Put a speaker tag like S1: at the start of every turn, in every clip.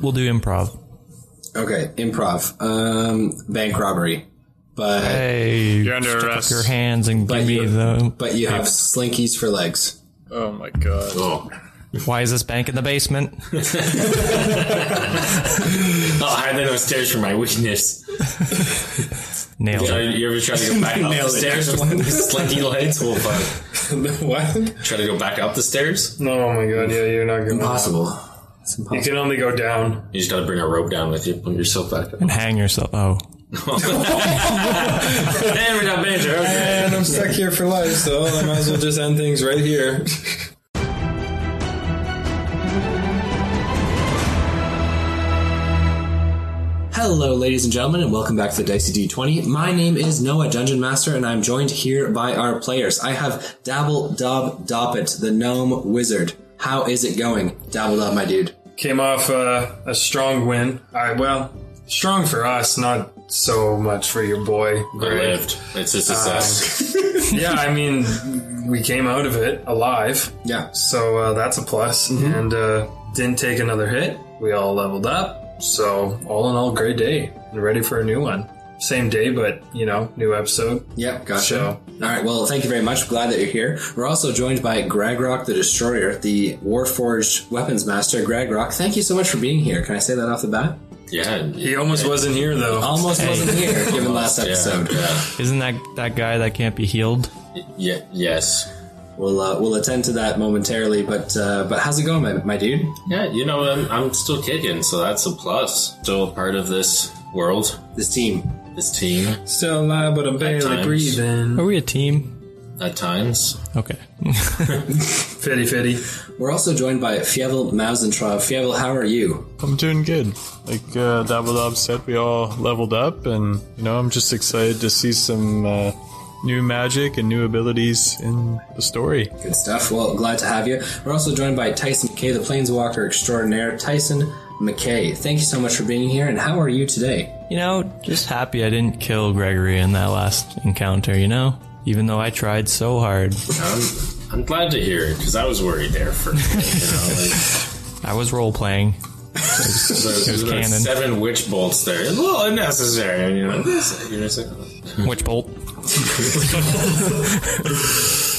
S1: We'll do improv.
S2: Okay, improv. Um, bank robbery. But
S1: Hey,
S3: You're under
S1: stick up
S3: arrest.
S1: your hands and
S2: but
S1: give me
S2: you,
S1: the.
S2: but you have slinkies for legs.
S3: Oh my god.
S4: Oh,
S1: Why is this bank in the basement?
S4: I'll hide them upstairs for my weakness.
S1: Nailed
S4: Are
S1: it.
S4: you ever try to go back up the
S2: Nailed it.
S4: stairs with one of these slinky lights? Well, fuck.
S2: what?
S4: Try to go back up the stairs?
S3: Oh my god, yeah, you're not going to.
S2: Impossible.
S3: You can only go down.
S4: You just gotta bring a rope down with you. Put yourself back up.
S1: And hang yourself. Oh,
S4: hey, we got banter. Okay.
S2: And I'm stuck here for life, so I might as well just end things right here. Hello, ladies and gentlemen, and welcome back to the Dicey D20. My name is Noah Dungeon Master, and I'm joined here by our players. I have Dabble Dob Doppet, the gnome wizard. How is it going, Dabble Dob, my dude?
S3: Came off uh, a strong win. I well, strong for us, not so much for your boy.
S4: I
S3: Greg.
S4: lived. It's a success.
S3: yeah, I mean, we came out of it alive,
S2: Yeah,
S3: so uh, that's a plus. And uh, didn't take another hit. We all leveled up, so all in all, great day and ready for a new one. Same day, but you know, new episode.
S2: Yep, gotcha.
S3: So-
S2: All right, well, thank you very much. Glad that you're here. We're also joined by Gregrock the Destroyer, the Warforged Weapons Master. Gregrock, thank you so much for being here. Can I say that off the bat?
S4: Yeah.
S3: He almost wasn't here though.
S2: Almost wasn't here, given last episode.
S4: Yeah.
S1: isn't that that guy that can't be healed?
S4: yeah. Yes.
S2: We'll uh, we'll attend to that momentarily. But uh, but how's it going, my, my dude?
S4: Yeah, you know, I'm, I'm still kicking, so that's a plus. Still a part of this world,
S2: This team.
S4: this team,
S3: Still alive, but I'm barely
S4: times.
S3: breathing.
S1: Are we a team?
S4: at times.
S1: Okay.
S3: Fitty, fitty.
S2: We're also joined by Fievel Mausentraub. Fievel, how are you?
S5: I'm doing good. Like uh, Dabble Dob said, we all leveled up, and you know, I'm just excited to see some uh, new magic and new abilities in the story.
S2: Good stuff. Well, glad to have you. We're also joined by Tyson McKay, the Planeswalker extraordinaire. Tyson McKay, thank you so much for being here. And how are you today?
S1: You know, just happy I didn't kill Gregory in that last encounter. You know, even though I tried so hard,
S4: I'm, I'm glad to hear it because I was worried there for you know, like,
S1: I was role playing.
S4: there's,
S1: There's
S4: about
S1: cannon.
S4: seven witch bolts there. It's a little unnecessary, and, you know. it's- You're just like, oh.
S1: Which bolt?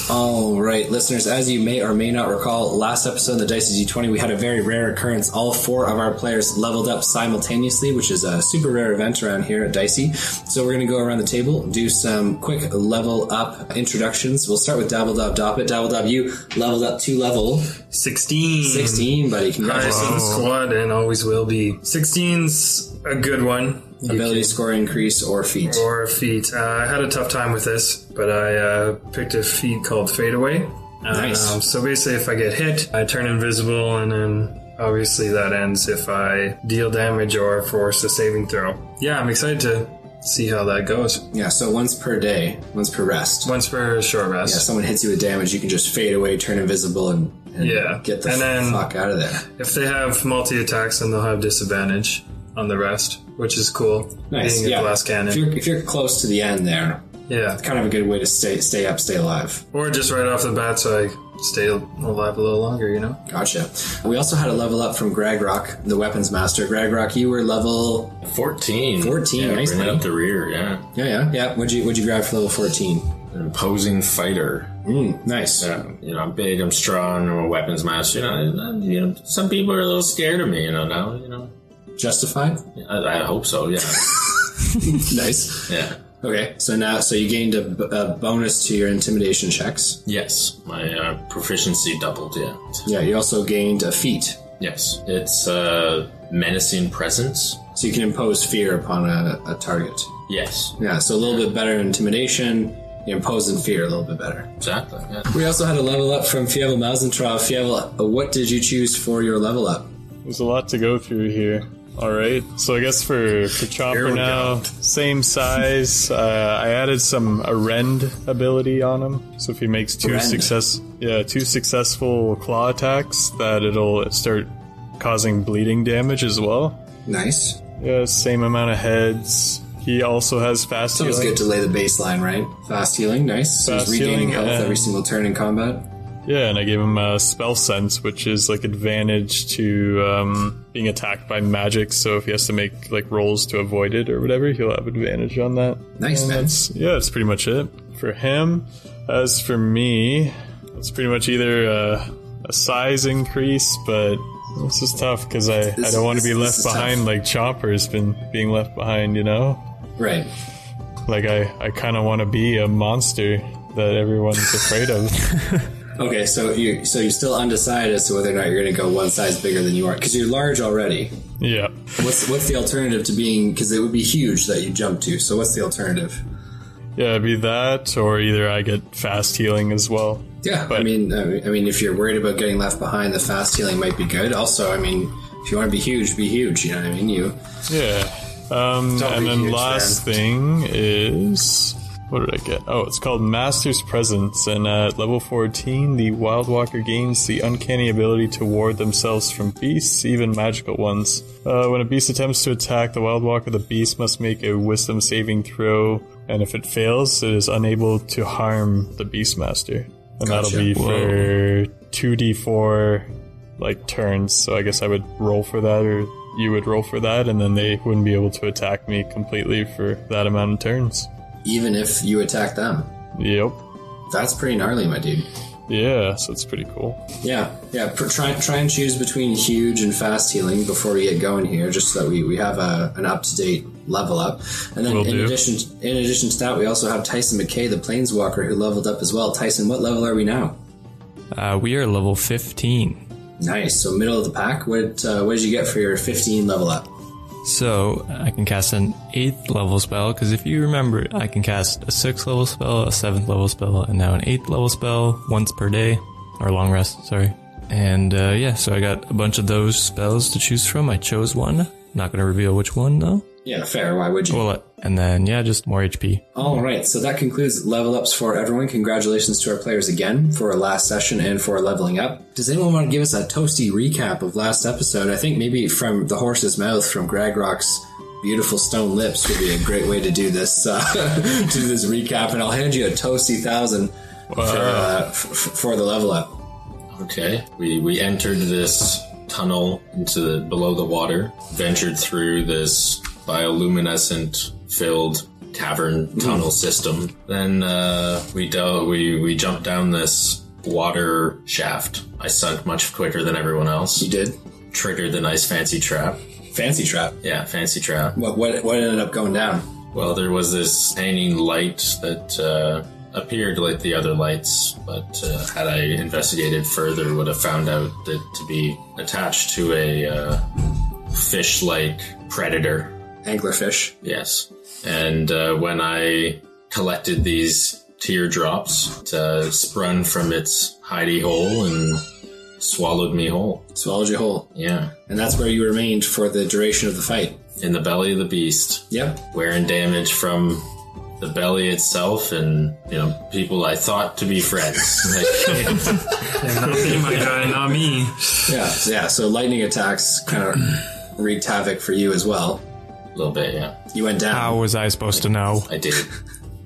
S2: All right, listeners, as you may or may not recall, last episode of the Dice G20, we had a very rare occurrence. All four of our players leveled up simultaneously, which is a super rare event around here at Dicey. So we're going to go around the table, do some quick level up introductions. We'll start with Dabble Dub Doppet. Dabble Dub, you leveled up to level
S3: 16.
S2: 16, buddy.
S3: Highest in the
S2: Congratulations.
S3: squad and always will be. 16's a good one.
S2: Ability score increase or feat.
S3: Or a feat. Uh, I had a tough time with this, but I uh, picked a feat called Fadeaway.
S2: Nice.
S3: Um, so basically, if I get hit, I turn invisible, and then obviously that ends if I deal damage or force a saving throw. Yeah, I'm excited to see how that goes.
S2: Yeah, so once per day, once per rest.
S3: Once for a short
S2: If
S3: rest.
S2: someone hits you with damage, you can just fade away, turn invisible, and, and
S3: Yeah.
S2: get the
S3: And then-
S2: fuck out of there.
S3: If they have multi attacks, then they'll have disadvantage on the rest, which is cool.
S2: Nice.
S3: Being
S2: yeah.
S3: a glass cannon.
S2: If you're, if you're close to the end there,
S3: yeah.
S2: kind of a good way to stay stay up, stay alive.
S3: Or just right off the bat, so I stay alive a little longer, you know?
S2: Gotcha. We also had a level up from Gregrock, the weapons master. Gregrock, you were level
S4: 14.
S2: 14,
S4: Yeah,
S2: nice,
S4: bringing
S2: buddy.
S4: up the rear, yeah.
S2: yeah yeah yeah. What'd you what'd you grab for level fourteen?
S4: An opposing fighter.
S2: Mm, nice.
S4: Yeah, you know, I'm big, I'm strong, I'm a weapons master. You know, and, uh, you know, some people are a little scared of me, you know, now, you know.
S2: Justified.
S4: I, I hope so, yeah.
S2: nice.
S4: yeah.
S2: Okay, so now so you gained a, b- a bonus to your intimidation checks.
S4: Yes. My uh, proficiency doubled, yeah.
S2: Yeah, you also gained a feat,
S4: Yes. It's uh, menacing presence.
S2: so you can impose fear upon a, a target.
S4: Yes.
S2: Yeah, so a little bit better intimidation. You impose in fear a little bit better.
S4: Exactly. Yeah.
S2: We also had a level up from Fievel Mausentraub. Fievel, uh, what did you choose for your level up?
S5: There's a lot to go through here. All right, so I guess for for
S3: Here we
S5: Chomper now, same size. Uh, I added some arend ability on him, so if he makes two
S2: Arend.
S5: success, yeah, two successful claw attacks, that it'll start causing bleeding damage as well.
S2: Nice.
S5: Yeah, same amount of heads. He also has fast
S2: It's
S5: healing.
S2: good to lay the baseline, right? Fast healing, nice. So he's
S5: Fast
S2: regaining
S5: healing
S2: health every
S5: and-
S2: single turn in combat.
S5: Yeah, and I gave him a spell sense, which is like advantage to um, being attacked by magic. So if he has to make like rolls to avoid it or whatever, he'll have advantage on that.
S2: Nice,
S5: And
S2: man.
S5: That's, yeah, that's pretty much it for him. As for me, it's pretty much either a, a size increase, but this is tough because I, I don't want to be
S2: this-
S5: left
S2: this is
S5: behind
S2: tough.
S5: like Chopper's been being left behind, you know?
S2: Right.
S5: Like I, I kind of want to be a monster that everyone's afraid of.
S2: Okay, so you so you're still undecided as to whether or not you're going to go one size bigger than you are because you're large already.
S5: yeah.
S2: What's what's the alternative to being? Because it would be huge that you jump to. So what's the alternative?
S5: Yeah, it'd be that, or either I get fast healing as well.
S2: Yeah, I
S5: But-
S2: mean, I mean- I mean, if you're worried about getting left behind, the fast healing might be good. Also, I mean, if you want to be huge, be huge. You know what I mean? You
S5: Yeah. Um,
S3: Don't
S5: and
S3: be
S5: then
S3: huge,
S5: last thing is. What did I get? Oh, it's called Master's Presence, and uh, at level 14, the Wild Walker gains the uncanny ability to ward themselves from beasts, even magical ones. Uh, when a beast attempts to attack the Wild Walker, the beast must make a Wisdom saving throw, and if it fails, it is unable to harm the Beastmaster. And
S2: Gotcha.
S5: that'll be for 2d4 like turns, so I guess I would roll for that or you would roll for that and then they wouldn't be able to attack me completely for that amount of turns.
S2: even if you attack them,
S5: Yep.
S2: that's pretty gnarly, my dude.
S5: Yeah, so it's pretty cool.
S2: Yeah, yeah. Pr- try try and choose between huge and fast healing before we get going here, just so that we, we have a, an up to date level up. And then
S5: Will
S2: in
S5: do.
S2: addition to, in addition to that, we also have Tyson McKay, the Planeswalker, who leveled up as well. Tyson, what level are we now?
S1: Uh, we are level 15.
S2: Nice. So middle of the pack. What uh, what did you get for your fifteen level up?
S1: So I can cast an 8th level spell, because if you remember, I can cast a 6th level spell, a 7th level spell, and now an 8th level spell once per day, or long rest, sorry. And uh, yeah, so I got a bunch of those spells to choose from. I chose one. Not going to reveal which one, though.
S2: Yeah, fair. Why would you?
S1: Well, uh, and then, yeah, just more HP.
S2: All right, so that concludes level ups for everyone. Congratulations to our players again for our last session and for leveling up. Does anyone want to give us a toasty recap of last episode? I think maybe from the horse's mouth, from Gragrock's beautiful stone lips, would be a great way to do this uh, do this recap. And I'll hand you a toasty thousand for, uh, f- f- for the level up.
S4: Okay. We we entered this tunnel into the below the water, ventured through this bioluminescent filled cavern tunnel system. Then uh, we dove, we we jumped down this water shaft. I sunk much quicker than everyone else.
S2: You did
S4: Triggered the nice fancy trap.
S2: fancy trap.
S4: Yeah, fancy trap.
S2: What what what ended up going down?
S4: Well, there was this hanging light that uh, appeared like the other lights, but uh, had I investigated further, would have found out that to be attached to a uh, fish-like predator.
S2: Anglerfish.
S4: Yes, and uh, when I collected these teardrops, it uh, sprung from its hidey hole and swallowed me whole.
S2: Swallowed you whole,
S4: Yeah,
S2: and that's where you remained for the duration of the fight.
S4: in the belly of the beast.
S2: Yep.
S4: wear and damage from the belly itself and you know people i thought to be friends like,
S3: Not me, my guy, not me.
S2: Yeah, yeah. So lightning attacks kind of wreaked havoc for you as well.
S4: a little bit yeah
S2: You went down.
S1: How was I supposed to know?
S4: i did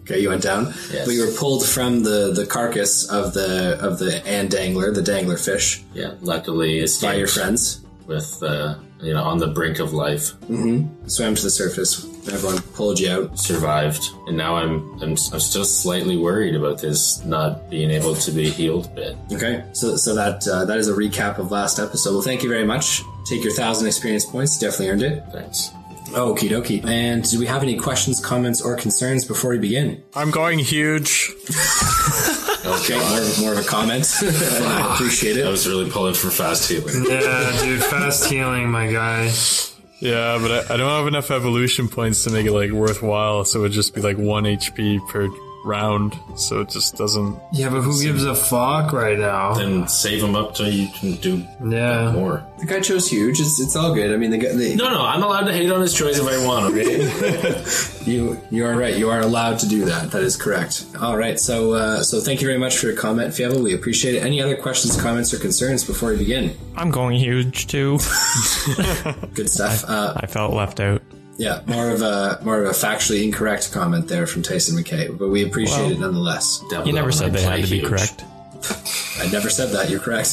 S2: Okay, you went down.
S4: Yes.
S2: But you were pulled from the, the carcass of the of the and dangler, the dangler fish,
S4: yeah luckily escaped
S2: by your friends.
S4: with uh, you know on the brink of life
S2: Swam to the surface. Everyone pulled you out.
S4: survived and now i'm i'm, I'm still slightly worried about this not being able to be healed a bit
S2: Okay. So so that uh, that is a recap of last episode. Well, thank you very much. Take your thousand experience points. Definitely earned it.
S4: thanks
S2: Okie dokie. And do we have any questions, comments, or concerns before we begin?
S5: I'm going huge.
S2: Okay. More of, more of a comment. I appreciate it.
S4: i was really pulling for fast healing
S3: Yeah, dude, fast healing, my guy.
S5: Yeah, but I, I don't have enough evolution points to make it like worthwhile, so it would just be like one HP per round, so it just doesn't
S3: Yeah, but who gives a fuck right now?
S4: and save them up till you can do
S3: Yeah.
S4: more
S2: The guy chose huge. It's, it's all good. I mean, the, guy- the,
S4: no no i'm allowed to hate on his choice if i want okay
S2: You you are right. You are allowed to do that. That is correct. All right. So uh, so thank you very much for your comment, Fievel. We appreciate it. Any other questions, comments, or concerns before we begin?
S1: I'm going huge too.
S2: Good stuff. Uh,
S1: I felt left out.
S2: yeah, more of a more of a factually incorrect comment there from Tyson McKay, but we appreciate it nonetheless.
S1: You never said they had to be correct.
S2: I never said that. You're correct.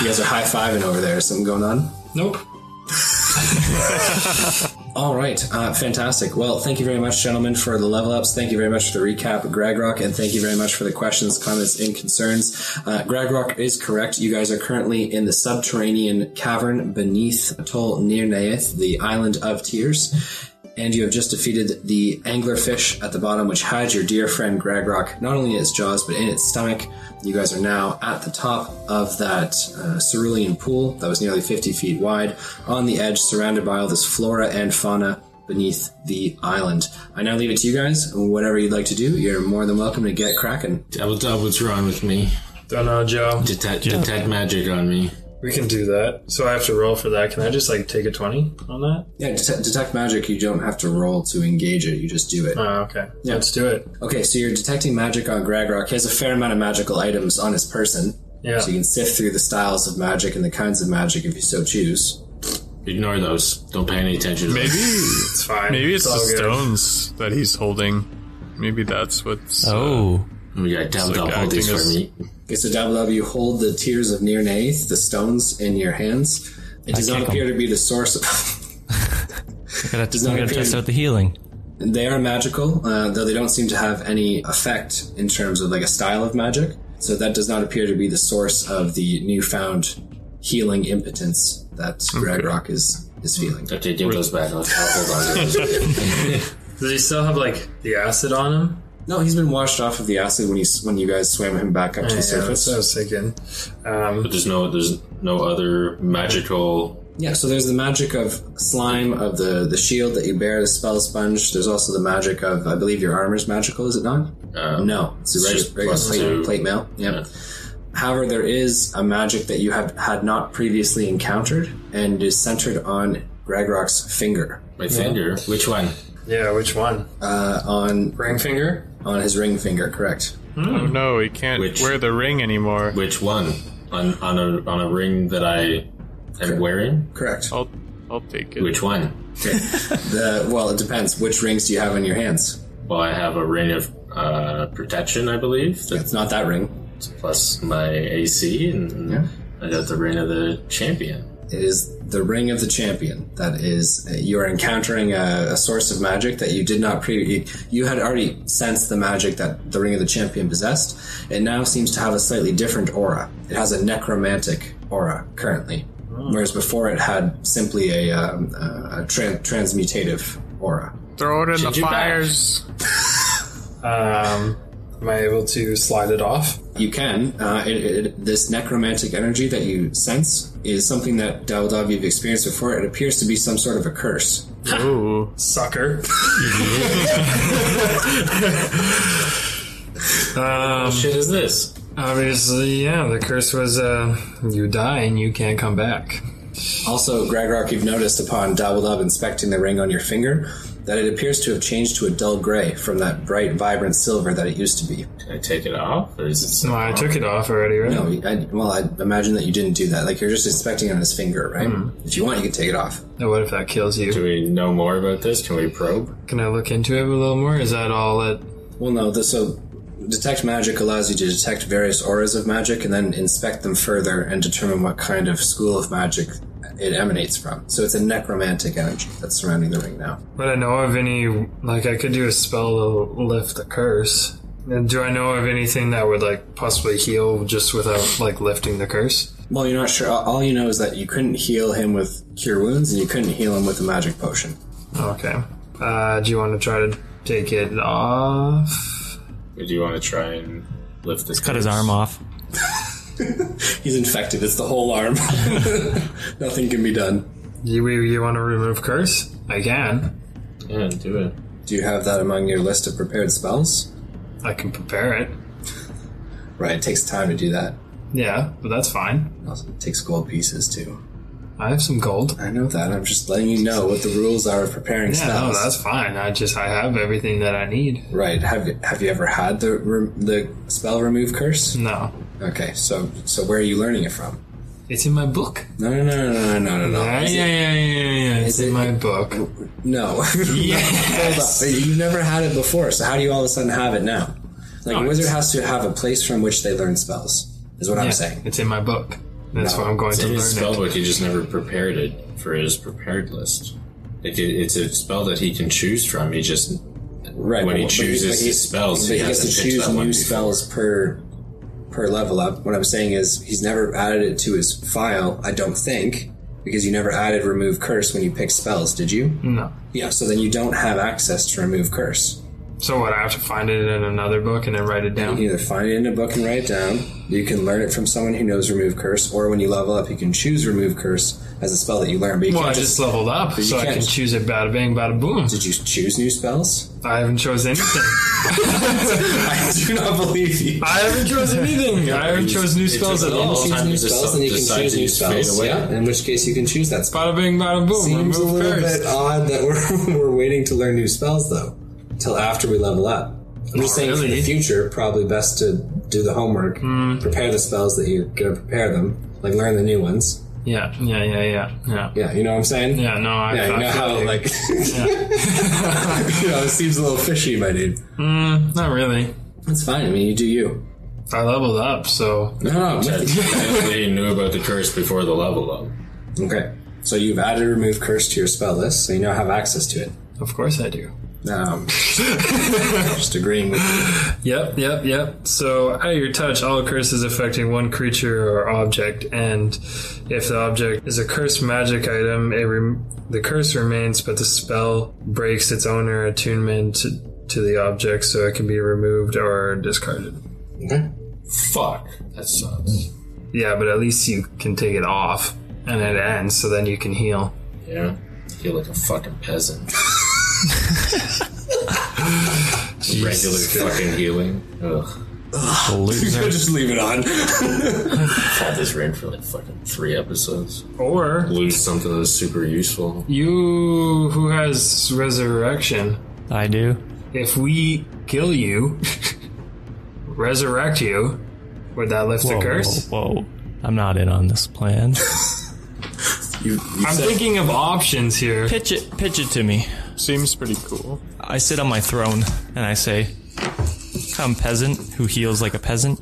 S2: you guys are high fiving over there. Is something going on?
S3: Nope.
S2: All right, uh, fantastic. Well, thank you very much, gentlemen, for the level ups. Thank you very much for the recap, Gregrock, and thank you very much for the questions, comments, and concerns. Uh, Gregrock is correct. You guys are currently in the subterranean cavern beneath Tol Nirnaeth, the island of tears. And you have just defeated the anglerfish at the bottom, which had your dear friend Gregrock not only in its jaws, but in its stomach. You guys are now at the top of that uh, cerulean pool that was nearly 50 feet wide, on the edge, surrounded by all this flora and fauna beneath the island. I now leave it to you guys. Whatever you'd like to do, you're more than welcome to get cracking.
S4: Double dub, what's wrong with me?
S3: Don't know, Joe.
S4: Detect, detect magic on me.
S3: We can do that. So I have to roll for that. Can I just like take a twenty on that?
S2: Yeah, det- detect magic, you don't have to roll to engage it, you just do it.
S3: Oh, okay. Yeah, let's do it.
S2: Okay, so you're detecting magic on Gregrock. He has a fair amount of magical items on his person.
S3: Yeah.
S2: So you can sift through the styles of magic and the kinds of magic if you so choose.
S4: Ignore those. Don't pay any attention to
S5: Maybe
S4: those.
S3: It's fine.
S5: maybe it's the
S3: all good.
S5: stones that he's holding. Maybe that's what's. uh,
S1: Oh,
S4: We got double
S5: It's like
S4: dub, hold these
S5: acting
S4: for
S5: as-
S4: me.
S2: Okay, so Dabalab, you hold the tears of Nirnaith, the stones, in your hands. It does not
S1: kick 'em.
S2: appear to be the source of.
S1: I gotta,
S2: not
S1: I gotta
S2: appear
S1: test
S2: to-
S1: out the healing.
S2: They are magical, uh, though they don't seem to have any effect in terms of like a style of magic. So that does not appear to be the source of the newfound healing impotence that Gregrock is is feeling.
S4: Okay, give those back. I'll, I'll hold on to those.
S3: Does he still have like the acid on him?
S2: No, he's been washed off of the acid when he's when you guys swam him back up to the
S3: Yeah, that's
S2: surface.
S3: what I was thinking. Um,
S4: But there's no, there's no other magical.
S2: Yeah, so there's the magic of slime of the the shield that you bear, the spell sponge. There's also the magic of I believe your armor's magical, is it not?
S4: Um,
S2: no, it's,
S4: it's
S2: a
S4: just
S2: regular
S4: plus two.
S2: plate, plate mail. Yep.
S4: Yeah.
S2: However, there is a magic that you have had not previously encountered and is centered on Gregrock's finger,
S4: My finger. Which one?
S3: yeah, which one?
S2: uh, on
S3: Ring finger?
S2: on his ring finger. Correct.
S5: Oh no, he can't
S4: Which-
S5: wear the ring anymore.
S4: Which one? On on a on a ring that I am wearing.
S2: Correct.
S5: I'll, I'll take it.
S4: Which one?
S2: The, well, it depends. Which rings do you have in your hands?
S4: Well, I have a ring of uh, protection, I believe. That's
S2: It's not that ring.
S4: plus my AC, and
S2: Yeah.
S4: I got the ring of the champion.
S2: It is the Ring of the Champion. That is, uh, you are encountering a, a source of magic that you did not pre. You, you had already sensed the magic that the Ring of the Champion possessed. It now seems to have a slightly different aura. It has a necromantic aura currently, whereas before it had simply a, um, a, a tran transmutative aura.
S5: Throw it in the
S4: you back.
S5: fires.
S3: Um, am I able to slide it off?
S2: You can. Uh, it, it, this necromantic energy that you sense is something that Daldav you've experienced before. It appears to be some sort of a curse.
S5: Ooh.
S3: Sucker. um,
S4: Shit, is this?
S3: obviously, yeah, the curse was uh, you die and you can't come back.
S2: Also, Gregrock, you've noticed upon Dabbledub inspecting the ring on your finger that it appears to have changed to a dull gray from that bright, vibrant silver that it used to be.
S4: Can I take it off, or is it?
S3: No,
S4: Still
S3: I
S4: on?
S3: took it off already, right?
S2: No, I, well, I imagine that you didn't do that. Like, you're just inspecting it on his finger, right? If you want, you can take it off.
S3: Now What if that kills you?
S4: Do we know more about this? Can we probe?
S3: Can I look into it a little more? Is that all it?
S2: Well, no, the, so detect magic allows you to detect various auras of magic and then inspect them further and determine what kind of school of magic it emanates from. So it's a necromantic energy that's surrounding the ring now.
S3: But I know of any. Like, I could do a spell to lift the curse. And do I know of anything that would like possibly heal just without like lifting the curse?
S2: Well, you're not sure. All all you know is that you couldn't heal him with cure wounds, and you couldn't heal him with a magic potion.
S3: Okay. Uh, do you want to try to take it off?
S4: Or do you want to try and lift this?
S1: Cut his arm off.
S2: He's infected. It's the whole arm. Nothing can be done.
S3: You, you want to remove curse? I can.
S4: Yeah, do it.
S2: Do you have that among your list of prepared spells?
S3: I can prepare it.
S2: Right. It takes time to do that.
S3: Yeah, but that's fine.
S2: Also, it takes gold pieces too.
S3: I have some gold.
S2: I know that. I'm just letting you know what the rules are of preparing
S3: Yeah, no,
S2: spells.
S3: that's fine. I just I have everything that I need.
S2: right. Have you have you ever had the re- the spell remove curse?
S3: No,
S2: Okay. So so where are you learning it from?
S3: it's in my book.
S2: No no no no no no no no.
S3: Yeah,
S2: Is it-
S3: yeah, yeah, yeah, yeah. It's
S2: it-
S3: in my book.
S2: No.
S3: Yes.
S2: Hold up. You've never had it before, so how do you all of a sudden have it now? Like, a wizard has to have a place from which they learn spells. is what I'm
S3: Yeah,
S2: saying.
S3: It's in my book. That's
S2: No,
S3: why I'm going to
S4: In his
S3: learn it.
S4: spellbook, he just never prepared it for his prepared list. Like it, it's a spell that he can choose from. He just
S2: Right.
S4: when he
S2: but- but
S4: chooses
S2: but
S4: his spells,
S2: but
S4: he
S2: he gets to
S4: hasn't picked
S2: choose
S4: that one
S2: new
S4: before.
S2: spells per per level up. What I'm saying is he's never added it to his file. I don't think because you never added remove curse when you picked spells, did you?
S3: No.
S2: Yeah. So then you don't have access to remove curse.
S3: So what? I have to find it in another book and then write it
S2: You
S3: down.
S2: can either find it in a book and write it down. You can learn it from someone who knows remove curse, or when you level up, you can choose remove curse as a spell that you learn. But you
S3: Well, I
S2: can't
S3: just leveled up, so I
S2: can't-
S3: can choose it. Bada bang, bada boom.
S2: Did you choose new spells?
S3: I haven't chose anything.
S2: I do not believe you.
S3: I haven't chose anything. I haven't chose new
S4: It took
S3: spells
S4: a
S3: at
S4: long
S3: all.
S4: time.
S2: choose new
S4: Just
S2: spells, and you can
S4: decide
S2: choose
S4: to
S2: new
S4: use fade
S2: spells.
S4: away.
S2: Yeah, in which case you can choose that spell.
S3: Bada bing, bada boom.
S2: Seems a
S3: remove
S2: little
S3: curse.
S2: bit odd that we're, we're waiting to learn new spells though, till after we level up. I'm just
S3: Not
S2: saying for
S3: really.
S2: the future, probably best to do the homework, prepare the spells that you're gonna prepare them, like learn the new ones.
S3: Yeah, yeah, yeah, yeah, yeah.
S2: Yeah, you know what I'm saying?
S3: Yeah, no, I,
S2: Yeah,
S3: I
S2: you know
S3: feel
S2: how
S3: you.
S2: like you know it seems a little fishy, my dude.
S3: Mm, not really.
S2: That's fine. I mean, you do you.
S3: I leveled up, so
S2: No, no, I'm with you.
S4: Technically, he knew about the curse before the level up.
S2: okay. So you've added remove curse to your spell list, so you now have access to it.
S3: of course I do.
S2: Um, just agreeing with you.
S3: Yep, yep, yep. So, at your touch, all curses affecting one creature or object, and if the object is a cursed magic item, it rem- the curse remains, but the spell breaks its owner attunement to, to the object, so it can be removed or discarded.
S2: Okay.
S4: Fuck, that sucks.
S3: Yeah, but at least you can take it off, and it ends, so then you can heal.
S4: Yeah, feel like a fucking peasant. Regular fucking healing. Ugh,
S1: Loser.
S2: just leave it on.
S4: had this rain for like fucking three episodes.
S3: Or
S4: Lose something that's super useful.
S3: you who has resurrection.
S1: I do.
S3: If we kill you, resurrect you, would that lift
S1: Whoa,
S3: the curse?
S1: Whoa, whoa. I'm not in on this plan.
S2: You, you
S3: I'm
S2: said-
S3: thinking of options here.
S1: pitch it, pitch it to me.
S5: Seems pretty cool.
S1: I sit on my throne and I say, "Come, peasant, who heals like a peasant."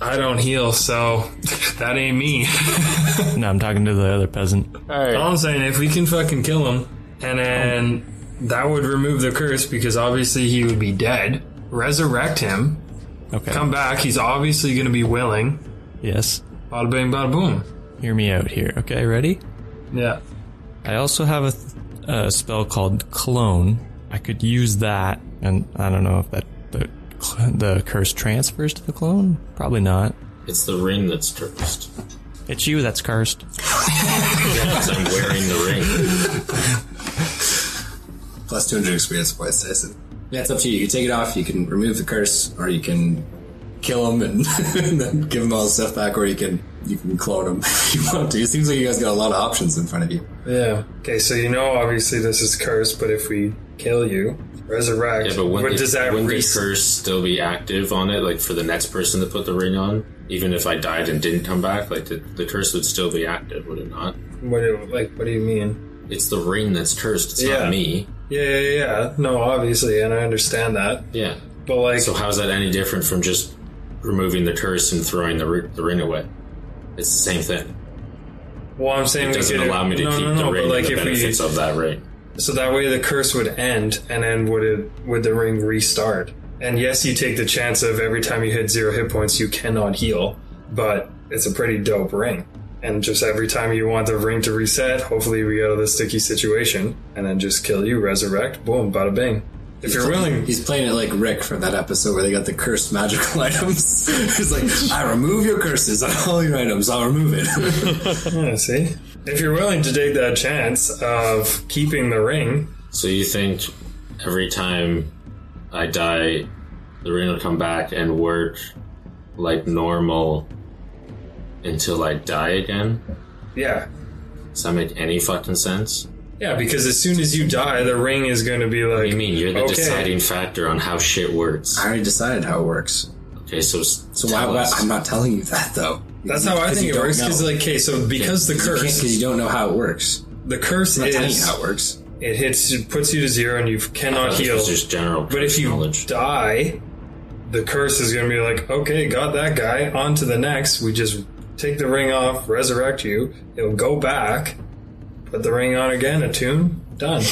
S3: I don't heal, so that ain't me.
S1: No, I'm talking to the other peasant.
S5: Alright.
S3: All I'm saying, if we can fucking kill him, and then that would remove the curse because obviously he would be dead. Resurrect him,
S1: Okay.
S3: come back. He's obviously going to be willing.
S1: Yes.
S3: Bada bing, bada boom.
S1: Hear me out here. Okay, ready?
S3: Yeah.
S1: I also have a, th- a spell called Clone. I could use that, and I don't know if that the cl- the curse transfers to the clone. Probably not.
S4: It's the ring that's cursed.
S1: It's you that's cursed.
S4: Because I'm wearing the ring.
S2: plus 200 experience points, Tyson. Yeah, it's up to you. You can take it off, you can remove the curse, or you can kill him and, and then give him all the stuff back, or you can you can clone him if you want to. It seems like you guys got a lot of options in front of you.
S3: Yeah. Okay, so you know obviously this is cursed, but if we kill you, resurrect,
S4: Yeah, but when
S3: what does that
S4: wouldn't
S3: re-
S4: the curse still be active on it? Like for the next person to put the ring on, even if I died and didn't come back, like the, the curse would still be active, would it not?
S3: what do, like what do you mean?
S4: It's the ring that's cursed. It's
S3: Yeah.
S4: not me.
S3: Yeah, yeah, yeah. No, obviously, and I understand that.
S4: Yeah.
S3: But like
S4: So how's that any different from just removing the curse and throwing the, ri- the ring away? It's the same thing.
S3: well I'm saying
S4: It doesn't
S3: we could,
S4: allow me to
S3: no,
S4: keep
S3: no, no,
S4: the
S3: but
S4: ring
S3: like
S4: and the
S3: if
S4: benefits
S3: we
S4: of that ring.
S3: so that way the curse would end and then would it would the ring restart. And yes you take the chance of every time you hit zero hit points you cannot heal, but it's a pretty dope ring. And just every time you want the ring to reset, hopefully we go to the sticky situation, and then just kill you, resurrect, boom, bada bing. If you're willing,
S2: He's playing it like Rick from that episode where they got the cursed magical items. He's like, I remove your curses on all your items, I'll remove it.
S3: yeah, see? If you're willing to take that chance of keeping the ring,
S4: So you think every time I die, the ring will come back and work like normal until I die again?
S3: yeah,
S4: Does that make any fucking sense?
S3: Yeah, because as soon as you die, the ring is going to be like.
S4: I mean, you're the
S3: okay.
S4: deciding factor on how shit works.
S2: I already decided how it works.
S4: Okay, so s-
S2: So why,
S4: tell
S2: why
S4: us.
S2: I'm not telling you that though.
S3: That's how I
S2: Because
S3: think
S2: you
S3: it
S2: don't
S3: works. Because
S2: know.
S3: like, okay, so because the
S2: You can't
S3: curse,
S2: because you don't know how it works.
S3: the curse
S2: I'm not telling you
S3: is
S2: how it works.
S3: it hits, it puts you to zero, and you cannot
S4: This
S3: heal.
S4: was just general
S3: But if you
S4: knowledge.
S3: die, the curse is going to be like, okay, got that guy. On to the next. We just take the ring off, resurrect you. It'll go back, put the ring on again, attune, done.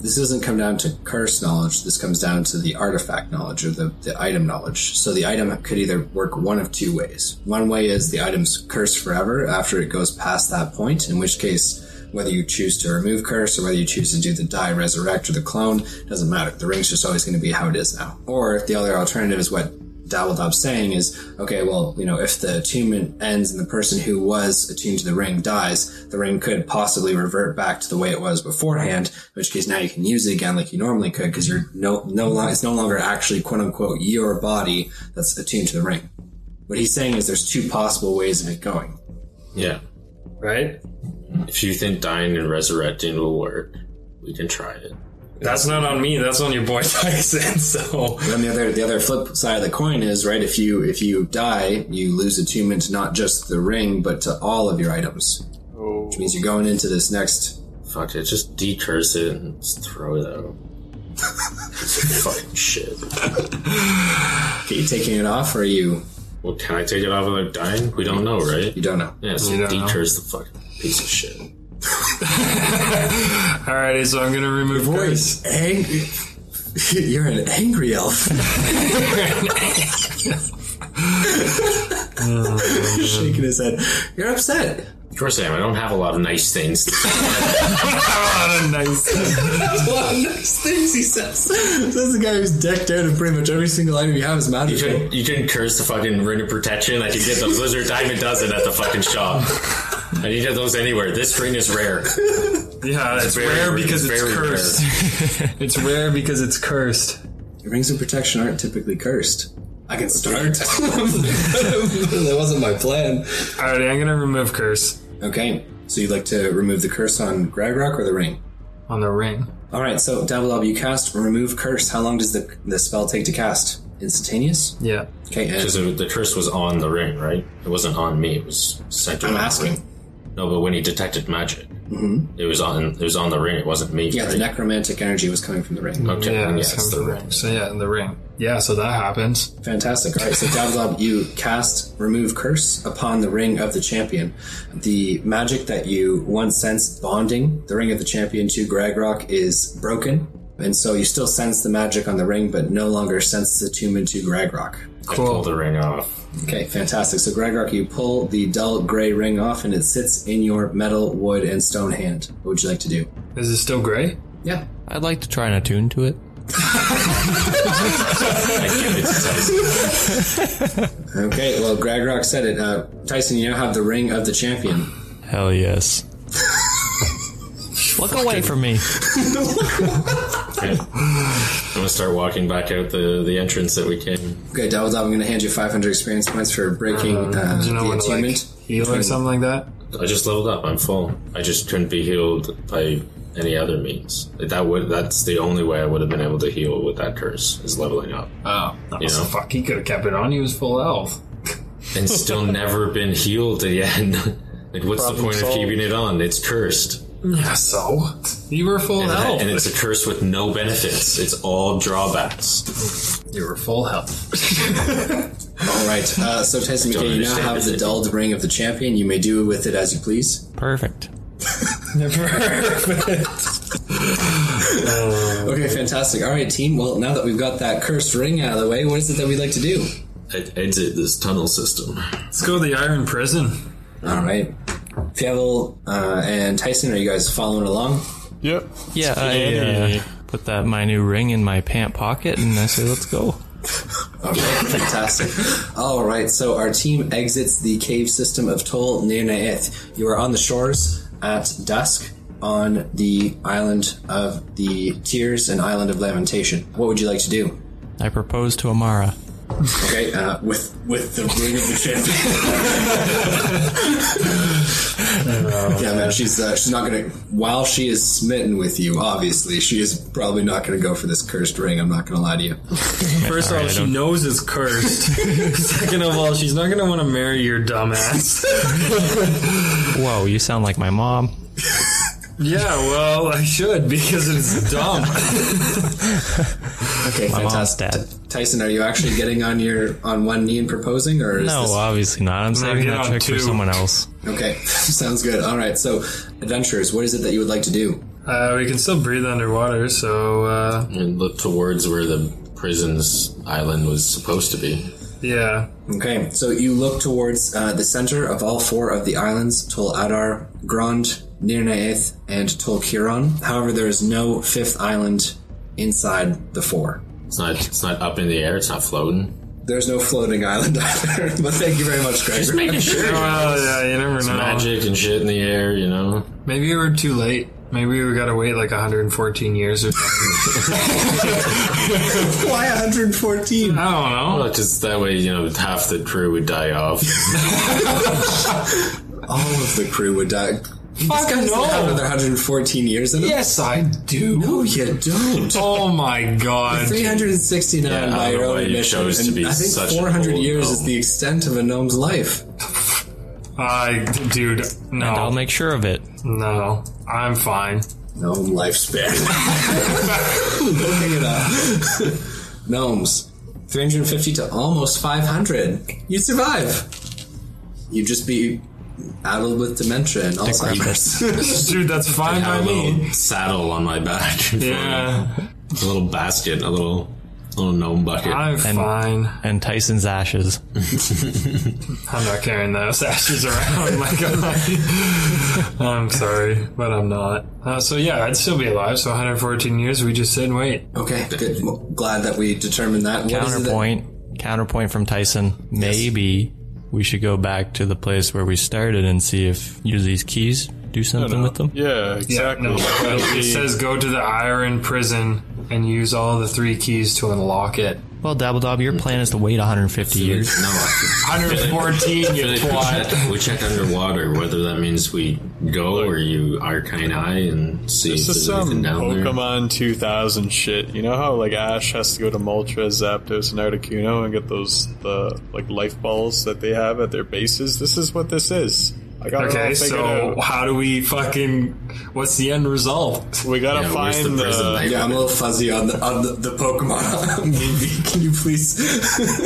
S2: This doesn't come down to curse knowledge. This comes down to the artifact knowledge or the, the item knowledge. So the item could either work one of two ways. One way is the item's cursed forever after it goes past that point, in which case, whether you choose to remove curse or whether you choose to do the die resurrect or the clone, doesn't matter. The ring's just always going to be how it is now. Or the other alternative is what Dabbledob's saying is, okay, well, you know, if the attunement ends and the person who was attuned to the ring dies, the ring could possibly revert back to the way it was beforehand, in which case now you can use it again like you normally could because you're no, no longer, it's no longer actually quote unquote your body that's attuned to the ring. What he's saying is there's two possible ways of it going.
S4: Yeah.
S3: Right?
S4: If you think dying and resurrecting will work, we can try it.
S3: That's not on me. That's on your boy Tyson. So
S2: But on the other, the other flip side of the coin is, right, if you, if you die, you lose attunement to not just the ring, but to all of your items,
S5: Oh,
S2: which means you're going into this next
S4: Fuck it, just decurse it and just throw it out. Fucking shit.
S2: Are you taking it off, or are you?
S4: Well, can I take it off without dying? We don't know, right?
S2: You don't know.
S4: Yeah, so
S3: You don't know.
S4: decurse the fucking piece of shit.
S3: Alrighty, so I'm gonna remove curse.
S2: angry. You're an angry elf. Shaking his head. You're upset.
S4: Of course I am. I don't have a lot of nice things.
S3: nice.
S2: Well, nice things he says. That's the guy who's decked out in pretty much every single item you have is
S4: You
S2: magical.
S4: couldn't, you couldn't curse the fucking ring of protection. I could get those lizard diamond dozen at the fucking shop. I need those anywhere. This ring is rare.
S3: Yeah, it's,
S4: very
S3: rare
S4: rare.
S3: because
S4: It's
S3: it's,
S4: very
S3: cursed. it's rare because it's cursed.
S2: Rings of protection aren't typically cursed. I can start. that wasn't my plan.
S3: Alrighty, I'm gonna remove curse
S2: Okay, so you'd like to remove the curse on Gregrock or the ring?
S3: on the ring.
S2: All right, so Devil Up, you cast Remove Curse. How long does the the spell take to cast? Instantaneous.
S3: Yeah.
S2: Okay, and
S4: Because the curse was on the ring, right? It wasn't on me. It was sent.
S2: I'm
S4: around.
S2: asking.
S4: No, but when he detected magic, it was on. It was on the ring. It wasn't me.
S2: Yeah,
S4: right?
S2: the necromantic energy was coming from the ring.
S4: Okay,
S3: Yeah,
S4: yeah,
S3: it's
S4: it's the
S3: coming
S4: ring.
S3: So yeah, in the ring. Yeah, so that happens.
S2: Fantastic. All right, so Dabbledob, you cast Remove Curse upon the ring of the champion. The magic that you once sensed bonding the ring of the champion to Gregrock is broken, and so you still sense the magic on the ring, but no longer sense the tomb into Gregrock.
S4: I pulled the ring off.
S2: Okay, fantastic. So, Gregrock, you pull the dull gray ring off, and it sits in your metal, wood, and stone hand. What would you like to do?
S3: Is it still gray?
S2: Yeah.
S1: I'd like to try and attune to it.
S4: I give it to
S2: Okay, well, Gregrock said it. Uh, Tyson, you now have the ring of the champion.
S1: Hell yes. Look away from me.
S4: Tyson. Okay. I'm gonna start walking back out the the entrance that we came.
S2: Okay, Double Dab, I'm going to hand you 500 experience points for breaking uh,
S3: Do you know
S2: the
S3: when to like
S2: attunement.
S3: heal or something like that?
S4: I just leveled up. I'm full. I just couldn't be healed by any other means. Like, That would. That's the only way I would have been able to heal with that curse is leveling up,
S3: Oh,
S4: You know.
S3: fuck. He could have kept it on. He was full elf.
S4: and still never been healed again. like, what's the
S5: Problem
S4: point
S5: solved.
S4: of keeping it on? It's cursed.
S3: Yeah, so you were full
S4: And,
S3: health.
S4: and it's a curse with no benefits. It's all drawbacks.
S3: you were full health.
S2: All right, uh, so Tyson
S4: don't
S2: McKay, you now
S4: understand
S2: have
S4: this
S2: the
S4: thing.
S2: dulled ring of the champion. You may do with it as you please.
S1: Perfect.
S2: Okay, fantastic. All right, team. Well, now that we've got that cursed ring out of the way, what is it that we'd like to do?
S4: It exit this tunnel system.
S3: Let's go to the Iron Prison.
S2: All right. Fievel uh, and Tyson, are you guys following along?
S5: yep.
S1: Yeah, I uh, put that my new ring in my pant pocket and I say, let's go.
S2: Okay, fantastic. All right, so our team exits the cave system of Tol Nirnaeth. You are on the shores at dusk on the island of the Tears and Island of Lamentation. What would you like to do?
S1: I propose to Amara.
S2: Okay, uh, with with the ring of the champion. yeah, man, she's uh, she's not gonna. While she is smitten with you, obviously, she is probably not gonna go for this cursed ring. I'm not gonna lie to you.
S3: First of all,
S1: I
S3: she
S1: don't-
S3: knows it's cursed. Second of all, she's not gonna want to marry your dumbass.
S1: Whoa, you sound like my mom.
S3: Yeah, well, I should because it's dumb.
S2: Okay,
S1: My mom's
S2: fantastic.
S1: dad.
S2: Tyson, are you actually getting on your on one knee and proposing, or is
S1: No, uh, obviously not. I'm saving
S3: get
S1: that
S3: on
S1: trick
S3: two.
S1: for someone else.
S2: this okay? Sounds good. All right, so adventures. What is it that you would like to do?
S3: uh, we can still breathe underwater, so uh,
S4: And look towards where the prison's island was supposed to be.
S3: yeah.
S2: Okay, so you look towards uh, the center of all four of the islands, Tol Adar, Grand, Nirnaeth, and Tol Kiron. However, there is no fifth island inside the four.
S4: It's not. It's not up in the air. It's not floating.
S2: There's no floating island either. but thank you very much, Greg.
S3: Well, Oh, yeah, you never know.
S4: Magic and shit in the air. You know.
S3: Maybe we were too late. Maybe we gotta wait like 114 years or something.
S2: Why 114?
S3: I don't know.
S4: Well, just that way, you know, half the crew would die off.
S2: All of the crew would die. Fuck
S3: no.
S2: Another 114 years in it.
S3: Yes, I do.
S2: No, you don't.
S3: Oh my god.
S2: 369
S4: Yeah, I
S2: by
S4: don't
S2: your
S4: know
S2: own
S4: why you
S2: admission.
S4: chose to
S2: and
S4: be
S2: I think
S4: such an
S2: 400
S4: old
S2: years is
S4: gnome.
S2: the extent of a gnome's life.
S3: I, dude,
S1: And I'll
S3: no,
S1: make sure of it.
S3: no, I'm fine.
S2: Gnome lifespan. Looking it up. Gnomes. 350 to almost 500. You survive. You just be addled with dementia and Alzheimer's.
S3: Dude, that's fine
S4: Have
S3: by
S4: a
S3: me.
S4: little saddle on my back.
S3: Yeah,
S4: a little basket, a little little gnome bucket.
S3: I'm fine.
S1: And Tyson's ashes.
S3: I'm not carrying those ashes around. my god. I'm sorry, but I'm not. Uh, so yeah, I'd still be alive. So 114 years. We just sit and wait.
S2: okay, good. Well, glad that we determined that. What is it that-
S1: Counterpoint. Counterpoint from Tyson. Maybe we should go back to the place where we started and see if use these keys do something with them.
S5: Yeah, exactly.
S3: No,
S5: That'll
S3: it
S5: be-
S3: says go to the Iron Prison and use all the three keys to unlock it.
S1: Well, Dabbledob, your plan is to wait 150 years.
S4: no, I
S3: 114, you
S4: feel like
S3: twat.
S4: we check, we check underwater whether that means we go or you arcane eye and see if
S5: This is
S4: there's
S5: some
S4: anything down
S5: Pokemon 2000 shit. You know how like Ash has to go to Moltres, Zapdos, and Articuno and get those the like life balls that they have at their bases. This is what this is. I got it all
S3: Okay,
S5: figured
S3: so
S5: out.
S3: how do we fucking? What's the end result?
S5: We gotta
S4: Yeah, where's the
S5: find uh,
S4: prison
S5: the.
S4: thing?
S2: Yeah, I'm a little fuzzy on the, on the, the Pokemon. Maybe, can you please?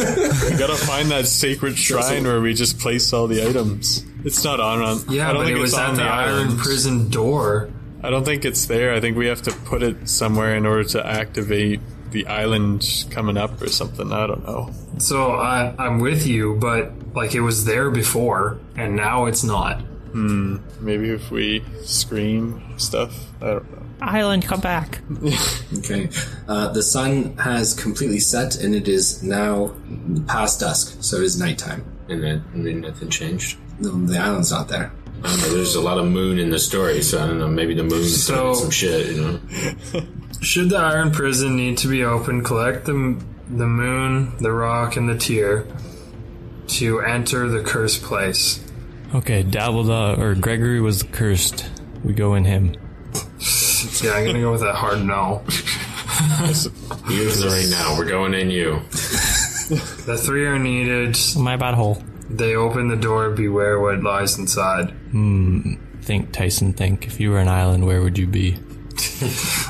S5: we gotta find that sacred shrine where we just place all the items. It's not on. on
S3: Yeah,
S5: I don't
S3: but
S5: think
S3: it was
S5: it's
S3: at
S5: on
S3: the, Iron
S5: island.
S3: Prison door.
S5: I don't think it's there. I think we have to put it somewhere in order to activate the island coming up or something. I don't know.
S3: So I, I'm with you, but like it was there before, and now it's not.
S5: Maybe if we scream stuff. I don't know.
S1: Island, come back.
S2: Okay. Uh, the sun has completely set and it is now past dusk, so it is nighttime.
S4: there. And then, and then nothing changed.
S2: The, the island's not there.
S4: I don't know, there's a lot of moon in the story, so I don't know. Maybe the moon's
S3: So-
S4: doing some shit, you know.
S3: Should the Iron Prison need to be open, collect the the moon, the rock, and the tear to enter the cursed place.
S1: Okay, Dabbledob, or Gregory was cursed. We go in him.
S3: Yeah, I'm gonna go with that hard no.
S4: You in the ring now. We're going in you.
S3: The three are needed.
S1: My bad hole.
S3: They open the door. Beware what lies inside.
S1: Think, Tyson, think. If you were an island, where would you be?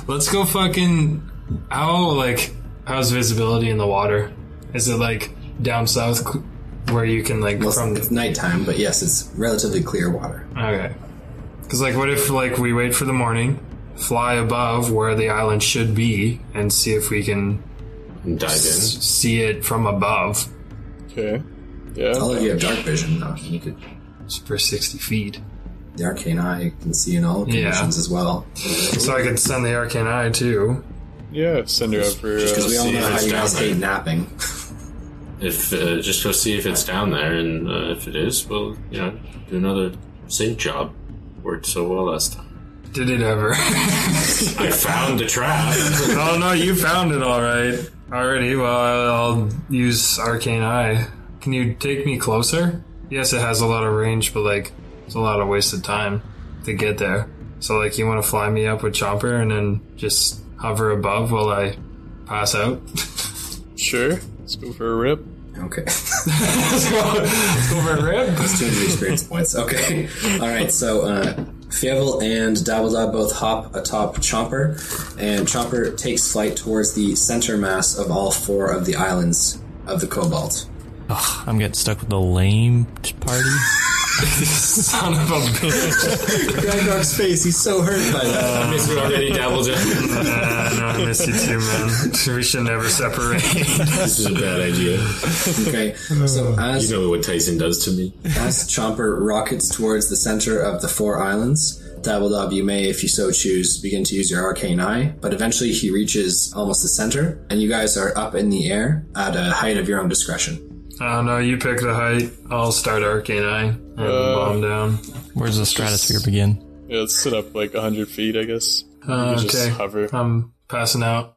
S3: Let's go fucking. How like how's visibility in the water? Is it like down south cl- where you can like
S2: Well,
S3: from
S2: it's nighttime, but yes, it's relatively clear water.
S3: okay? Because like what if like we wait for the morning, fly above where the island should be, and see if we can
S4: Dive in.
S3: s- see it from above
S5: Okay. Yeah.
S2: All of you have dark vision, though. You could,
S3: for sixty feet.
S2: the arcane eye can see in all
S3: Yeah.
S2: conditions as well.
S3: So I could send the arcane eye too.
S5: Yeah, send her up for.
S2: Because
S5: Uh,
S2: we all
S4: see
S2: know
S4: if
S2: how
S4: it's
S2: you
S4: down
S2: guys
S4: there.
S2: hate napping.
S4: If uh, just go see if it's down there, and uh, if it is, we'll you know do another sync job. Worked so well last time.
S3: Did it ever?
S4: I found the trap.
S3: oh no, you found it all right already. Well, I'll use arcane eye. Can you take me closer? Yes, it has a lot of range, but like it's a lot of wasted time to get there. So like, you want to fly me up with chopper and then just hover above while I pass out?
S5: sure. Let's go for a rip.
S2: Okay.
S3: Over rib.
S2: 200 experience points. Okay. All right. So, uh, Fievel and Dabbledab both hop atop Chomper, and Chomper takes flight towards the center mass of all four of the islands of the Cobalt.
S1: Ugh, I'm getting stuck with the lame t- party.
S4: Son of a bitch.
S2: Ragnarok's face, he's so hurt by that.
S4: I miss we already dabbled in.
S3: Uh, no, I miss you too, man. We should never separate.
S4: This is a bad idea.
S2: Okay, so as
S4: You know what Tyson does to me.
S2: As Chomper rockets towards the center of the four islands, Dabbledob, you may, if you so choose, begin to use your arcane eye, but eventually he reaches almost the center, and you guys are up in the air at a height of your own discretion.
S3: I don't know. You pick the height. I'll start eh? Arcane Eye and bomb down.
S1: Where's the stratosphere begin?
S5: Yeah, let's sit up like 100 feet, I guess.
S3: Uh,
S5: You just
S3: okay.
S5: hover.
S3: I'm passing out.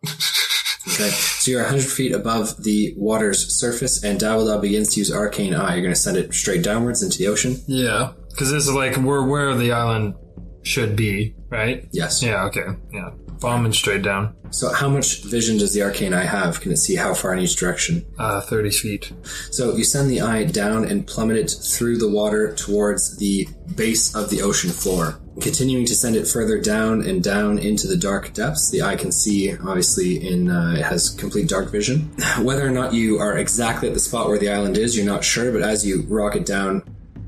S2: Okay, so you're 100 feet above the water's surface, and Dabbledob begins to use arcane eye. You're going to send it straight downwards into the ocean?
S3: yeah, because this is like we're where the island should be, right?
S2: Yes.
S3: Yeah. Okay. Yeah. Bombing straight down.
S2: So how much vision does the arcane eye have? Can it see how far in each direction?
S3: Uh, Thirty feet.
S2: So you send the eye down and plummet it through the water towards the base of the ocean floor. Continuing to send it further down and down into the dark depths, the eye can see, obviously, in uh, it has complete dark vision. Whether or not you are exactly at the spot where the island is, you're not sure, but as you rocket down